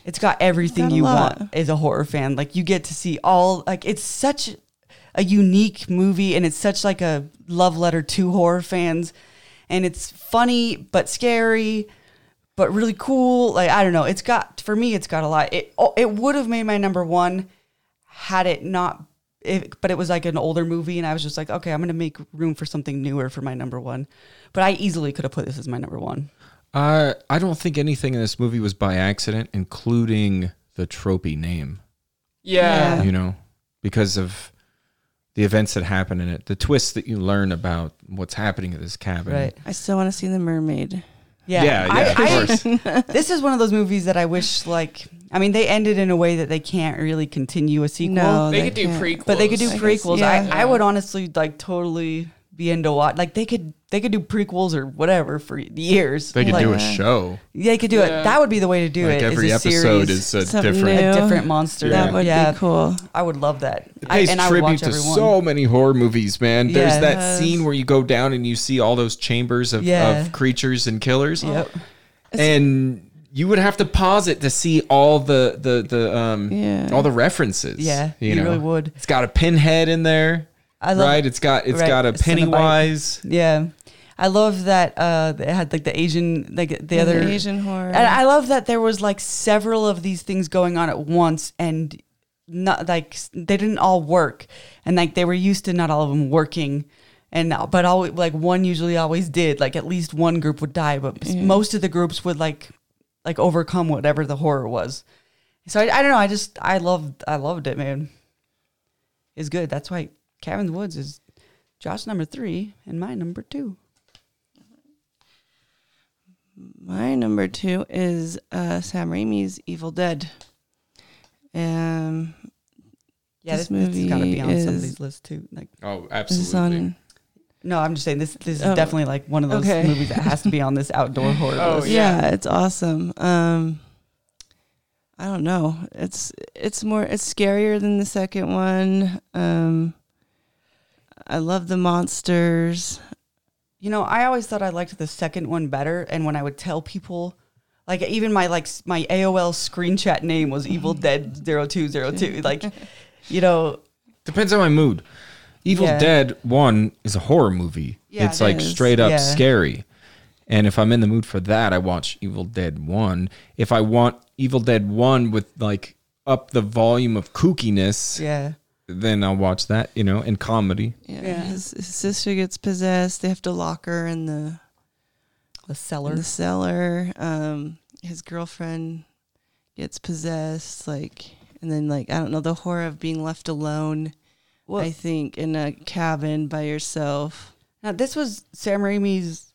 B: it's got everything
C: Got a
B: you
C: lot.
B: want as a horror fan. Like you get to see all like it's such a unique movie and it's such like a love letter to horror fans and it's funny but scary but really cool. Like I don't know, it's got for me it's got a lot. It oh, it would have made my number 1 had it not if, but it was like an older movie and I was just like, okay, I'm going to make room for something newer for my number 1. But I easily could have put this as my number 1.
A: Uh, I don't think anything in this movie was by accident, including the tropey name.
D: Yeah.
A: you know, because of the events that happen in it, the twists that you learn about what's happening at this cabin.
B: Right.
C: I still want to see the mermaid.
A: Yeah, yeah,
B: I, I-
A: of course.
B: [LAUGHS] this is one of those movies that I wish, like, I mean, they ended in a way that they can't really continue a sequel,
C: No,
D: They could do
C: can't.
D: prequels.
B: but they could do
C: I guess,
B: prequels. I,
C: yeah.
B: I would honestly like totally be into what, like, they could they could do prequels or whatever for years.
A: They could
B: like,
A: do a show.
B: They could do
D: Yeah.
B: it. That would be the way to do
A: Like
B: it. is
A: every
B: a
A: episode
B: series,
A: is a
C: Something
A: different.
C: new.
B: a different monster.
A: Yeah.
C: That would
B: yeah,
C: be cool.
B: I would love that.
A: It
B: I,
A: pays
B: and I would
A: tribute
B: watch
A: to
B: every one.
A: so many horror movies, man. There's that
C: Yes.
A: scene where you go down and you see all those chambers of,
B: Yeah.
A: of creatures and killers.
B: Yep.
A: And you would have to pause it to see all the the the um
C: Yeah.
A: all the references.
B: Yeah, you really would.
A: It's got a pinhead in there.
B: I love-
A: right. It's got it's
B: right,
A: got a
B: Cenobite.
A: Pennywise.
B: Yeah. I love that uh, they had like the Asian, like the
C: Yeah, the
B: other
C: Asian horror.
B: and I love that there was like several of these things going on at once, and not like s- they didn't all work, and like they were used to not all of them working, and uh, but always like one usually always did, like at least one group would die, but s- most of the groups would like like overcome whatever the horror was. So I, I don't know. I just I loved I loved it, man. It's good. That's why Cabin in the Woods is Josh number three and my number two.
C: My number two is uh, Sam Raimi's Evil Dead. Um,
B: Yeah, this,
C: This
B: this has got to be
C: movie
B: on somebody's
C: is-
B: list too. Like
A: Oh,
C: this is on.
B: No, I'm just saying this. This is
C: Oh.
B: definitely like one of those
C: Okay.
B: movies that has to be on this outdoor horror
D: Oh,
B: list.
C: Yeah. it's awesome. Um, I don't know. It's it's more it's scarier than the second one. Um, I love the monsters.
B: You know, I always thought I liked the second one better, and when I would tell people, like even my like s- my AOL screen chat name was Evil Dead 0202. Like, you know,
A: Depends on my mood. Evil
B: Yeah.
A: Dead One is a horror movie.
B: Yeah,
A: it's
B: it
A: like
C: is.
A: straight up
B: Yeah.
A: scary. And if I'm in the mood for that, I watch Evil Dead One. If I want Evil Dead One with like up the volume of kookiness,
B: yeah,
A: then I'll watch that. You know, and comedy.
C: Yeah,
B: Yeah.
C: His, his sister gets possessed. They have to lock her in the
B: the
C: in
B: seller.
C: the cellar. Um, his girlfriend gets possessed, like, and then like I don't know the horror of being left alone.
B: Well-
C: I think in a cabin by yourself.
B: Now this was Sam Raimi's.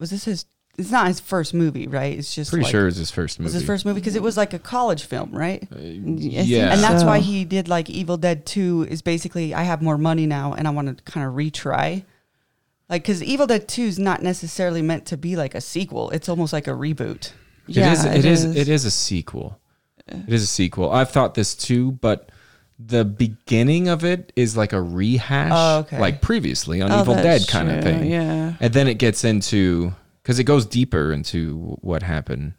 B: Was this his? It's not his first movie, right? It's just
A: Pretty
B: like-
A: sure it's his first movie.
B: was his first movie because it was like a college film, right?
C: Yeah,
A: yeah.
B: And that's
C: So-
B: why he did like Evil Dead 2 is basically I have more money now and I want to kind of retry. Like cuz Evil Dead 2 is not necessarily meant to be like a sequel. It's almost like a reboot.
A: It is. It is. It is a sequel. It is a sequel. I've thought this too, but the beginning of it is like a rehash,
B: Oh, okay.
A: like previously on
C: Oh,
A: Evil
C: that's
A: Dead kind of
C: true,
A: thing.
C: yeah.
A: and then it gets into because it goes deeper into what happened,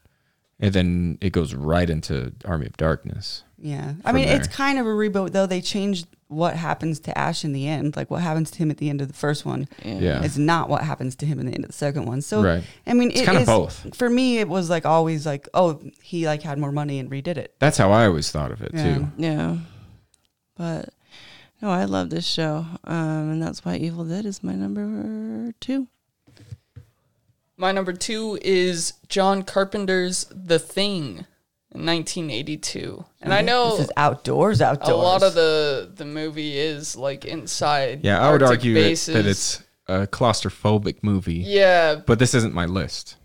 A: and then it goes right into Army of Darkness.
B: Yeah. I
A: From
B: mean, it's
A: there.
B: kind of a reboot though. They changed what happens to Ash in the end. Like what happens to him at the end of the first one
A: Yeah,
B: is not what happens to him in the end of the second one. So
A: Right.
B: I mean,
A: It's
B: it
A: kinda
B: is-
A: both.
B: For me, it was like always like, oh, he like had more money and redid it.
A: that's how I always thought of it
B: Yeah.
A: too.
C: Yeah. But no, I love this show. Um, and that's why Evil Dead is my number two.
D: My number two is John Carpenter's The Thing in 1982. And I know
B: This is outdoors, outdoors.
D: a lot of the, the movie is like inside.
A: Yeah, I would
D: Arctic
A: argue that,
D: bases.
A: that it's a claustrophobic movie,
D: Yeah,
A: but this isn't my list.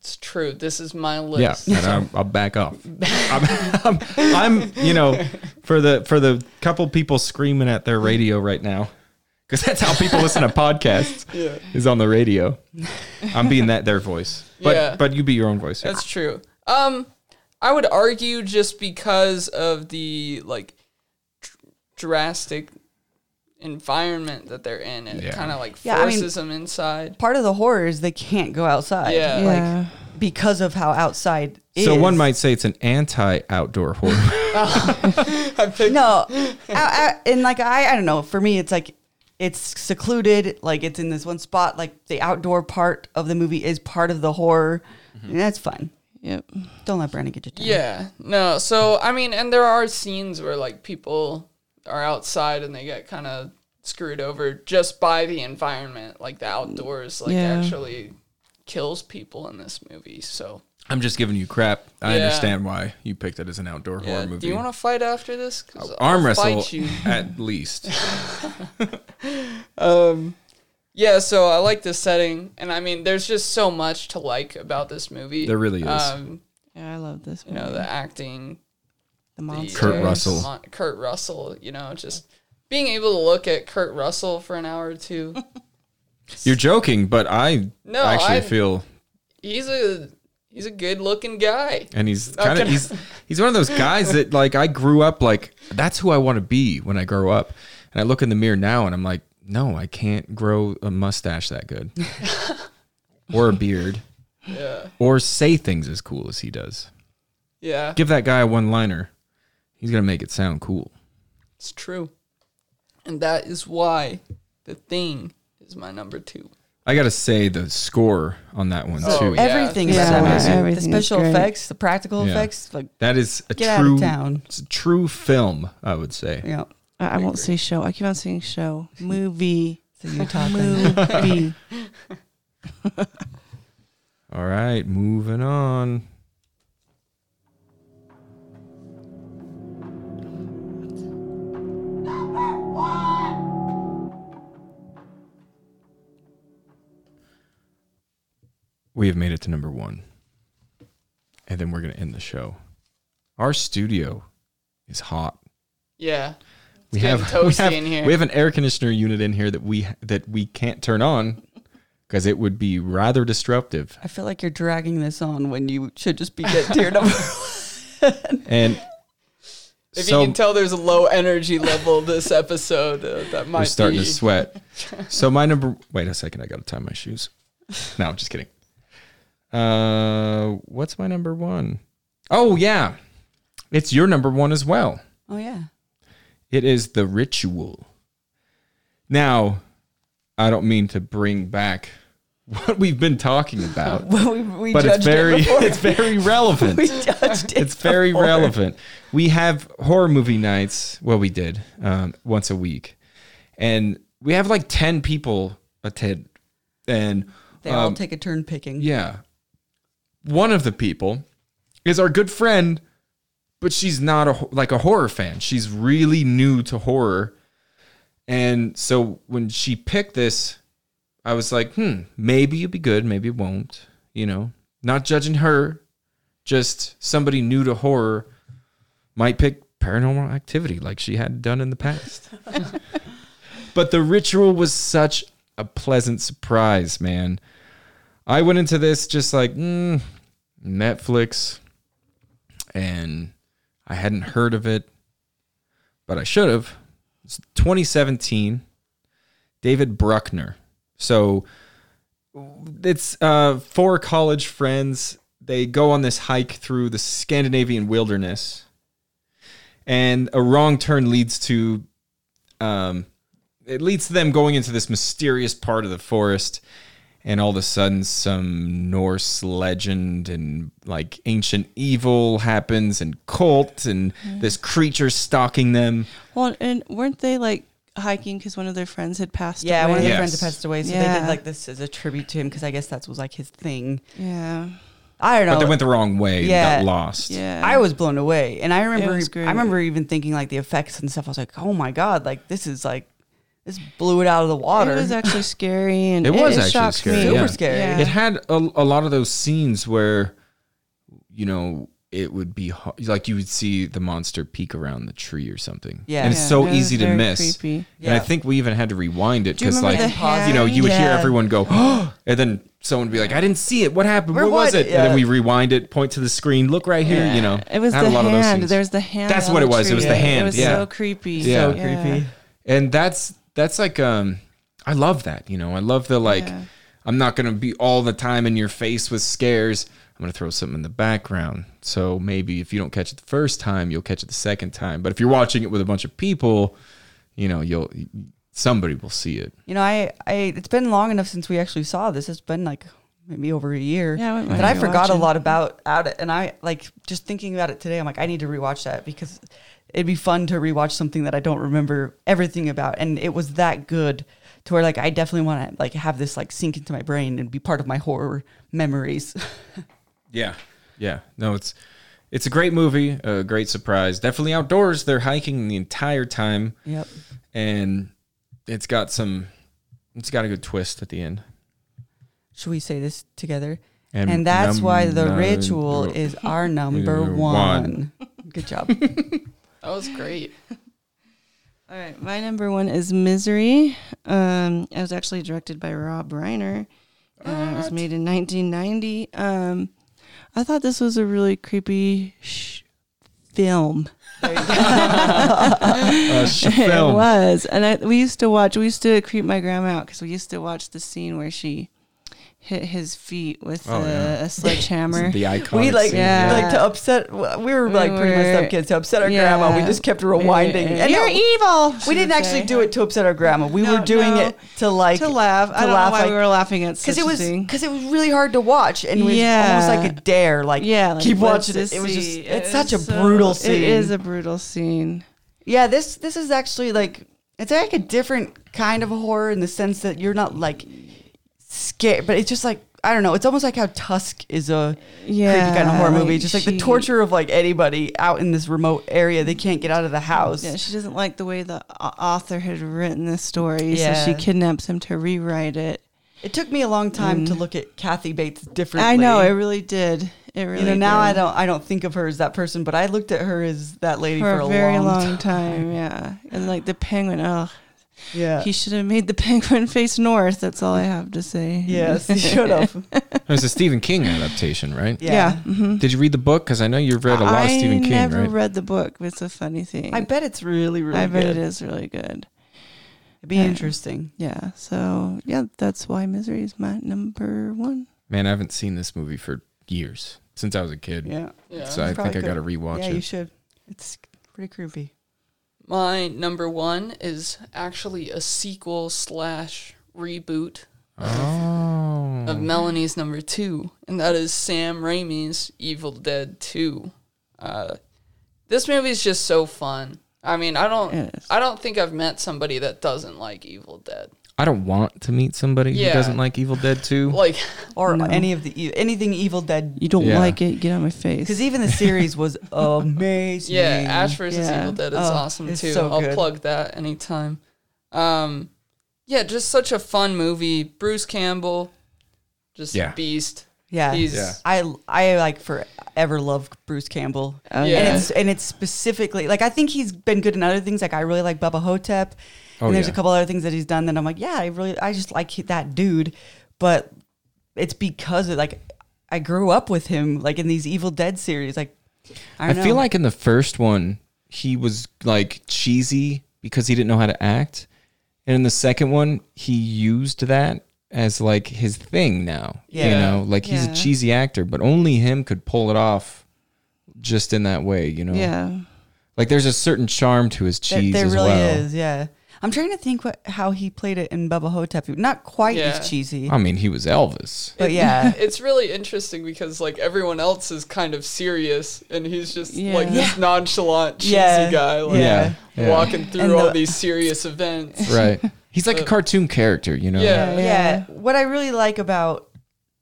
D: it's true. This is my
A: [LAUGHS]
D: list.
A: Yeah, and
D: [LAUGHS]
A: I'm, I'll back off. I'm, I'm, I'm, you know, for the for the couple people screaming at their radio right now, because that's how people listen to podcasts.
D: [LAUGHS] Yeah.
A: Is on the radio. I'm being that their voice, but
D: Yeah.
A: but you be your own voice.
D: That's true. Um, I would argue just because of the like dr- drastic environment that they're in, it
A: Yeah.
D: kind of like
B: Yeah, I mean-
D: forces them inside.
B: Part of the horror is they can't go outside.
D: Yeah.
B: Like,
C: Yeah.
B: because of how outside is.
A: so one might say it's an anti-outdoor
D: [LAUGHS]
A: horror.
D: I picked
B: No. [LAUGHS] I, I, and like, I, I don't know. For me, it's like, it's secluded. Like, it's in this one spot. Like, the outdoor part of the movie is part of the horror. And that's fun.
C: Yep.
B: Don't let Brandon get you down.
D: Mm-hmm. Yeah, no. So I mean, and there are scenes where like people are outside and they get kind of screwed over just by the environment, like the outdoors, like
C: Yeah.
D: actually kills people in this movie. So
A: I'm just giving you crap. I
D: Yeah.
A: understand why you picked it as an outdoor
D: yeah,
A: horror movie. Oh,
D: do you want to fight after this? 'Cause
A: arm
D: I'll
A: wrestle
D: Fight you.
A: at
D: [LAUGHS]
A: least?
D: Um, yeah. So I like this setting, and I mean, there's just so much to like about this movie.
A: There really is.
D: Um,
C: Yeah, I love this.
D: you know, the acting, the-
C: the monster.
A: Kurt Russell.
D: Mon- Kurt Russell, you know, just being able to look at Kurt Russell for an hour or two.
A: You're joking, but I
D: No,
A: actually
D: I-
A: feel
D: He's a he's a good looking guy.
A: and he's
D: Not
A: kind of
D: gonna-
A: he's he's one of those guys that like I grew up like that's who I want to be when I grow up. And I look in the mirror now and I'm like, no, I can't grow a mustache that good. or a beard.
D: Yeah,
A: Or say things as cool as he does.
D: yeah,
A: Give that guy a one liner. He's gonna make it sound cool.
D: it's true, and that is why the thing is my number two.
A: I gotta say the score on that one
D: Oh,
A: too.
D: yeah.
B: Everything's
C: Yeah,
B: so
A: amazing.
B: amazing. The
C: everything is
B: special
C: great.
B: effects, the practical
A: Yeah.
B: effects. Like,
A: That is a
B: Get out of
A: true
B: town.
A: it's a true film, I would say.
B: you know,
C: I, I won't say show. I keep on saying show. Movie.
B: so you're talking.
C: Movie.
A: All right, moving on. We have made it to number one. And then we're going to end the show. Our studio is hot.
D: Yeah,
A: We
D: getting
A: have, [LAUGHS] we
D: toasty
A: have
D: in here.
A: we have an air conditioner unit in here that we that we can't turn on because it would be rather disruptive.
B: [LAUGHS] I feel like you're dragging this on when you should just be getting teared
C: [LAUGHS]
B: up.
A: And
D: if
A: so
D: you can tell, there's a low energy level this episode. Uh, that might
A: we're starting
D: be
A: to sweat. So my number. Wait a second. I gotta tie my shoes. No, I'm just kidding. Uh, what's my number one? Oh yeah, it's your number one as well.
B: oh, yeah. [LAUGHS]
A: It is the ritual. Now, I don't mean to bring back [LAUGHS] what we've been talking about,
B: Well, we, we
A: but
B: judged
A: it's very [LAUGHS]
B: it before.
A: it's very relevant.
B: we [LAUGHS] judged it.
A: it's very relevant. We have horror movie nights. Well, we did um, once a week, and we have like ten people attend. And
B: They all
A: um,
B: take a turn picking.
A: yeah, one of the people is our good friend, but she's not a ho- like a horror fan. She's really new to horror, and so when she picked this, I was like, hmm, maybe it'll be good, maybe it won't. You know, not judging her, just somebody new to horror might pick paranormal activity like she had done in the past. but the ritual was such a pleasant surprise, man. I went into this just like mm, Netflix, and I hadn't heard of it, but I should have. It's 2017, David Bruckner. So it's uh, four college friends. They go on this hike through the Scandinavian wilderness, and a wrong turn leads to um, it leads to them going into this mysterious part of the forest and all of a sudden some norse legend and like ancient evil happens and cult and this creature stalking them
C: Well, and weren't they like hiking because one of their friends had passed
B: Yeah,
C: away?
B: one of their
A: Yeah.
B: friends
A: Yes.
B: had passed away, so they
C: Yeah.
B: did like this as a tribute to him because I guess that was like his thing.
C: Yeah.
B: I don't know.
A: but they went the wrong way
B: Yeah.
A: and got lost
C: Yeah.
B: I was blown away, and I remember,
C: was great.
B: I remember even thinking like the effects and stuff. I was like, oh my god, like this is like this blew it out of the water.
C: It was actually scary and
A: It
C: it,
A: was
C: it
A: actually
C: shocked
A: scary,
C: me.
A: yeah.
B: Super scary.
C: Yeah.
A: it had a, a lot of those scenes where you know it would be hard. like you would see the monster peek around the tree or something.
B: Yeah.
A: and it's
B: Yeah.
A: so
C: That was
A: easy to
C: very
A: miss.
C: creepy.
A: And I
B: Yeah.
A: think we even had to rewind it
C: Do you
A: because
C: remember
A: like
C: the
D: Pause it.
C: hand?
A: you know you would hear
B: Yeah.
A: everyone go [GASPS] and then someone would be like I didn't see it. What happened?
B: Where
A: Where was
B: was
A: it? And
B: it? Yeah.
A: then we rewind it, point to the screen, look right here. You know,
C: It was
A: I had
C: the
A: a lot of those
C: hand.
A: things.
C: There's the hand.
A: That's
C: on
A: what it was. It was
C: tree.
A: the hand,
C: It was
A: yeah.
C: so creepy.
A: Yeah.
B: So
C: Yeah.
B: creepy.
A: and that's that's like um i love that you know i love the like
C: Yeah.
A: i'm not gonna be all the time in your face with scares i'm gonna throw something in the background so maybe if you don't catch it the first time you'll catch it the second time but if you're watching it with a bunch of people you know you'll somebody will see it
B: You know, I, I it's been long enough since we actually saw this. It's been like maybe over a year.
C: Yeah, I wouldn't
B: that
C: mind
B: I forgot a
C: rewatching.
B: lot about out it, and I like just thinking about it today. I'm like, I need to rewatch that because it'd be fun to rewatch something that I don't remember everything about, and it was that good to where like I definitely want to like have this like sink into my brain and be part of my horror memories. [LAUGHS]
A: yeah yeah no it's it's a great movie a great surprise definitely outdoors they're hiking the entire time
B: yep.
A: and it's got some it's got a good twist at the end
B: Should we say this together?
A: And uh,
B: And, that's why the
A: number-
B: ritual is our number
A: Number
B: one. Good job.
D: That was great.
C: All right, my number one is Misery. Um, it was actually directed by Rob Reiner. Uh, it was made in 1990. Um, I thought this was a really creepy sh- film.
B: [LAUGHS]
A: Uh,
C: [LAUGHS] It
A: film.
C: was, and I, we used to watch. We used to creep my grandma out because we used to watch the scene where she hit his feet with
A: Oh,
C: a,
A: yeah.
B: [LAUGHS]
C: a sledgehammer.
A: The iconic
B: we like
A: scene,
C: yeah.
B: like to upset. We were
C: We
B: like pretty much
C: were-
B: dumb kids to upset our
C: Yeah.
B: grandma. We just kept rewinding. And
C: You're
B: no,
C: evil. she
B: we didn't
C: would
B: actually
C: say.
B: do it to upset our grandma. We
C: No,
B: were doing
C: no.
B: it to like
C: to laugh. I
B: to
C: don't
B: laugh,
C: know why
B: like-
C: we were laughing at such
B: because it
C: a
B: was
C: thing.
B: because it was really hard to watch and it was
C: Yeah.
B: almost like a dare. Like
C: [LAUGHS] yeah, like,
B: keep
C: what's
B: watching
C: this
B: it. It was just
C: scene?
B: it's
C: It
B: such a
C: is so-
B: brutal scene.
C: It is a brutal scene.
B: yeah. This this is actually like it's like a different kind of horror in the sense that you're not like scared, but it's just like. I don't know. It's almost like how Tusk is a creepy kind of horror movie. Just like the
C: she-
B: torture of like anybody out in this remote area, they can't get out of the house.
C: Yeah, she doesn't like the way the au- author had written the story,
B: Yeah.
C: so she kidnaps him to rewrite it.
B: It took me a long time to look at Kathy Bates differently.
C: Mm. I know it really did. It really.
B: you know, now I
C: did.
B: don't. I don't think of her as that person, but I looked at her as that lady
C: for,
B: for,
C: a very
B: [LAUGHS] time.
C: long, time. Yeah, and like the penguin. Oh,
B: Yeah.
C: he should have made the [LAUGHS] penguin face north. That's all I have to say.
B: yes.
C: [LAUGHS]
B: He should have.
A: It was a Stephen King adaptation, right?
B: Yeah.
C: Yeah. mhm.
A: Did you read the book? Because I know you've read a lot of Stephen
C: I
A: King,
C: never
A: right?
C: read the book. but It's a funny thing.
B: I bet it's really, really.
C: I bet
B: good.
C: it is really good.
B: It'd be
C: Yeah.
B: interesting.
C: Yeah. So yeah, that's why Misery is my number one.
A: Man, I haven't seen this movie for years since I was a kid.
B: Yeah.
D: Yeah.
A: So I think
B: Probably
A: I got to
B: could-
A: rewatch
B: yeah, you
A: it.
B: should. It's pretty creepy.
D: My number one is actually a sequel slash reboot of
B: Mm-hmm.
A: Oh,
D: Melanie's number two, and that is Sam Raimi's Evil Dead Two. Uh, this movie is just so fun. I mean, I don't,
C: It is.
D: I don't think I've met somebody that doesn't like Evil Dead. [LAUGHS]
A: I don't want to meet somebody
D: Yeah.
A: who doesn't like Evil Dead 2.
B: [LAUGHS]
D: Like,
B: Or
C: No.
B: any of the e- anything Evil Dead.
C: You don't
A: Yeah.
C: like it? Get on my face.
B: Because even the series was amazing.
D: yeah, Ash versus
C: [LAUGHS] Yeah.
D: Evil Dead is
B: Oh,
D: awesome
B: it's
D: too.
B: so
D: I'll
B: good.
D: plug that anytime. Um, yeah, just such a fun movie. Bruce Campbell, just
A: Yeah.
D: beast.
B: Yeah.
D: He's
A: Yeah.
B: I I like forever loved Bruce Campbell.
C: Oh,
D: Yeah.
B: And it's and it's specifically like I think he's been good in other things. Like I really like Bubba Hotep.
A: Oh,
B: and there's
A: yeah.
B: a couple other things that he's done that I'm like, yeah, I really I just like that dude. But it's because of like I grew up with him like in these Evil Dead series. Like I,
A: I
B: don't
A: feel
B: know.
A: like in the first one, he was like cheesy because he didn't know how to act. And in the second one, he used that as like his thing now. You
B: Yeah.
A: know, like he's
C: Yeah.
A: a cheesy actor, but only him could pull it off just in that way, you know?
C: yeah.
A: Like there's a certain charm to his
B: that
A: cheese
B: there
A: as
B: really
A: well.
B: is. Yeah, I'm trying to think what how he played it in Bubba Hotep. Not quite
D: Yeah.
B: as cheesy,
A: I mean, he was Elvis.
B: but
D: [LAUGHS]
B: yeah.
D: it's really interesting because like everyone else is kind of serious and he's just like
C: Yeah.
D: this nonchalant cheesy
B: Yeah.
D: guy like
A: Yeah. Yeah.
D: walking through
B: And
D: all
B: the-
D: these serious events
B: [LAUGHS]
A: Right. He's like a cartoon character, you know?
D: Yeah.
B: yeah. What I really like about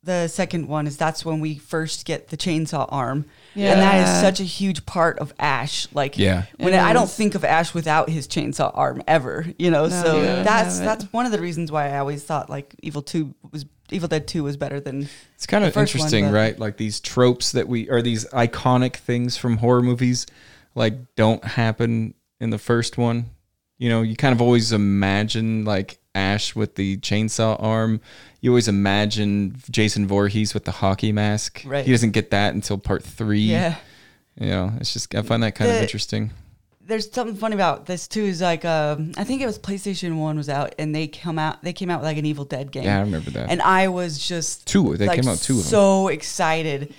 B: the second one is that's when we first get the chainsaw arm. And that is
C: Yeah.
B: such a huge part of Ash. Like
A: Yeah.
B: when
C: It
B: I don't
C: is.
B: think of Ash without his chainsaw arm ever, you know.
C: No,
B: so
C: you don't
B: that's
C: have it.
B: that's one of the reasons why I always thought like Evil 2 was Evil Dead 2 was better than
A: It's kind
B: The
A: of
B: first one,
A: interesting,
B: but-
A: right? Like these tropes that we or these iconic things from horror movies like don't happen in the first one. You know, you kind of always imagine like Ash with the chainsaw arm. You always imagine Jason Voorhees with the hockey mask.
B: Right.
A: He doesn't get that until part three.
B: Yeah.
A: You know, it's just I find that kind of
B: The-
A: interesting.
B: there's something fun about this too. Is like um, I think it was PlayStation One was out, and they come out. They came out with like an Evil Dead game.
A: Yeah, I remember that.
B: And I was just
A: Two, they
B: like,
A: came out two of them.
B: So excited,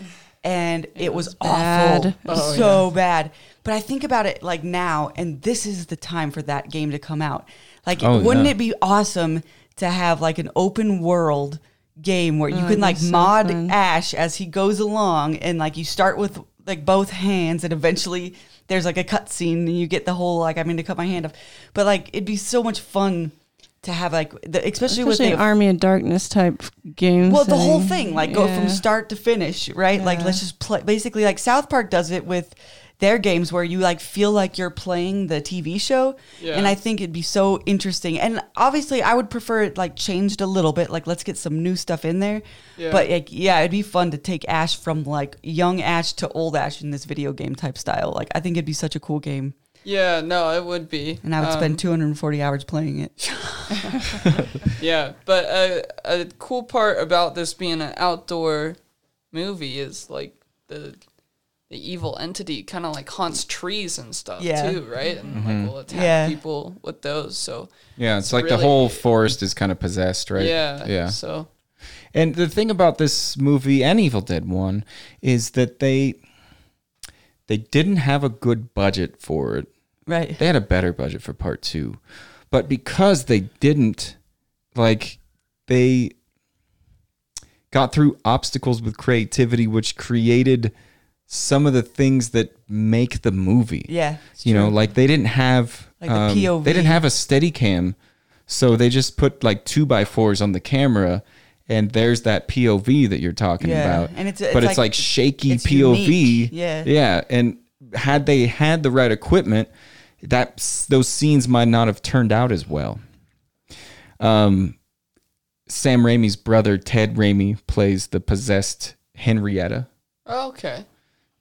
B: and it, was, awful,
C: bad. Oh,
B: so bad. But I think about it like now, and this is the time for that game to come out. Like,
A: Oh,
B: wouldn't
A: yeah.
B: it be awesome to have like an open world game where you
C: Oh, that'd
B: can
C: be
B: like
C: so
B: mod
C: fun.
B: Ash as he goes along, and like you start with like both hands, and eventually there's like a cutscene, and you get the whole like I mean to cut my hand off, but like it'd be so much fun to have like the, especially, with
C: Especially
B: the
C: Army of Darkness type games.
B: well the whole
C: and-
B: thing like go
C: yeah.
B: from start to finish right like
C: Yeah.
B: let's just play basically like south park does it with their games where you like feel like you're playing the tv show
D: Yeah.
B: and i think it'd be so interesting and obviously i would prefer it like changed a little bit like let's get some new stuff in there
D: Yeah.
B: but like yeah it'd be fun to take ash from like young ash to old ash in this video game type style like i think it'd be such a cool game
D: Yeah, no, it would be.
B: and i would
D: Um,
B: spend 240 hours playing
D: [LAUGHS]
B: it
D: Yeah, but a, a cool part about this being an outdoor movie is like the the evil entity kind of like haunts trees and stuff
B: Yeah.
D: too, right? And
A: Mm-hmm.
D: like will attack
B: Yeah.
D: people with those. So
A: Yeah, it's, like the
D: really-
A: whole forest is kind of possessed, right?
D: yeah,
A: Yeah.
D: So
A: And the thing about this movie and Evil Dead 1 is that they they didn't have a good budget for it.
B: right
A: They had a better budget for part 2. But because they didn't like they got through obstacles with creativity which created some of the things that make the movie
B: yeah
A: you know like they didn't have
B: Like the
A: um,
B: POV.
A: they didn't have a steady cam so they just put like two by fours on the camera and there's that pov that you're talking
B: Yeah,
A: about
B: and it's- it's
A: but
B: like-
A: it's like shaky
B: it's
A: pov
B: unique, yeah.
A: yeah and had they had the right equipment that s- those scenes might not have turned out as well um sam raimi's brother ted raimi plays the possessed henrietta
D: oh, okay,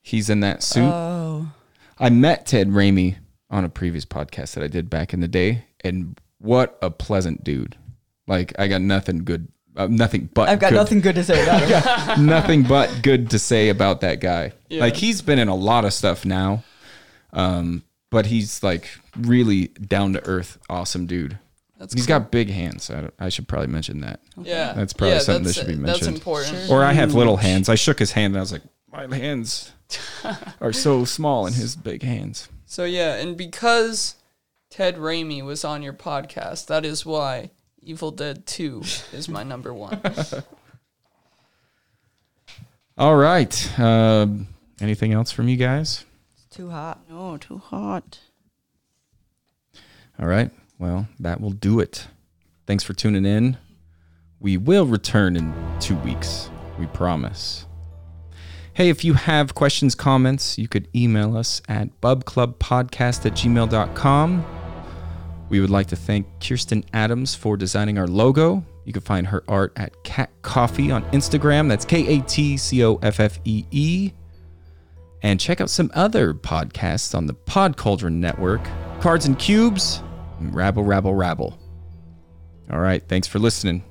A: he's in that suit
B: oh
A: I met Ted Raimi on a previous podcast that I did back in the day, and what a pleasant dude! Like I got nothing good, uh, nothing but
B: i've got
A: good,
B: nothing good to say about
D: [LAUGHS]
A: [LAUGHS]
B: it
A: nothing but good to say about that guy.
D: Yeah.
A: Like he's been in a lot of stuff now, um, but he's like really down to earth, awesome dude. He's
D: That's
A: got big hands. I, don't- I should probably mention that.
D: yeah,
A: That's probably
D: Yeah,
A: something that
D: that's-
A: should be
D: That's
A: mentioned.
D: important.
B: Mm.
A: Or I have little hands. I shook his hand and I was like, my
B: [LAUGHS]
A: hands are so small in his big hands.
D: So yeah, and because Ted Raimi was on your podcast, that is why Evil Dead Two is my
A: [LAUGHS]
D: number one.
A: All right. Um, anything else from you guys?
B: too hot
C: No, too hot.
A: All right. Well, that will do it. Thanks for tuning in. We will return in two weeks. We promise. Hey, if you have questions, comments, you could email us at bubclubpodcast at gmail.com. We would like to thank Kirsten Adams for designing our logo. You can find her art at Cat Coffee on Instagram. That's K A T C O F F E E. And check out some other podcasts on the Pod Cauldron Network Cards and Cubes, and Rabble, Rabble, Rabble. All right. Thanks for listening.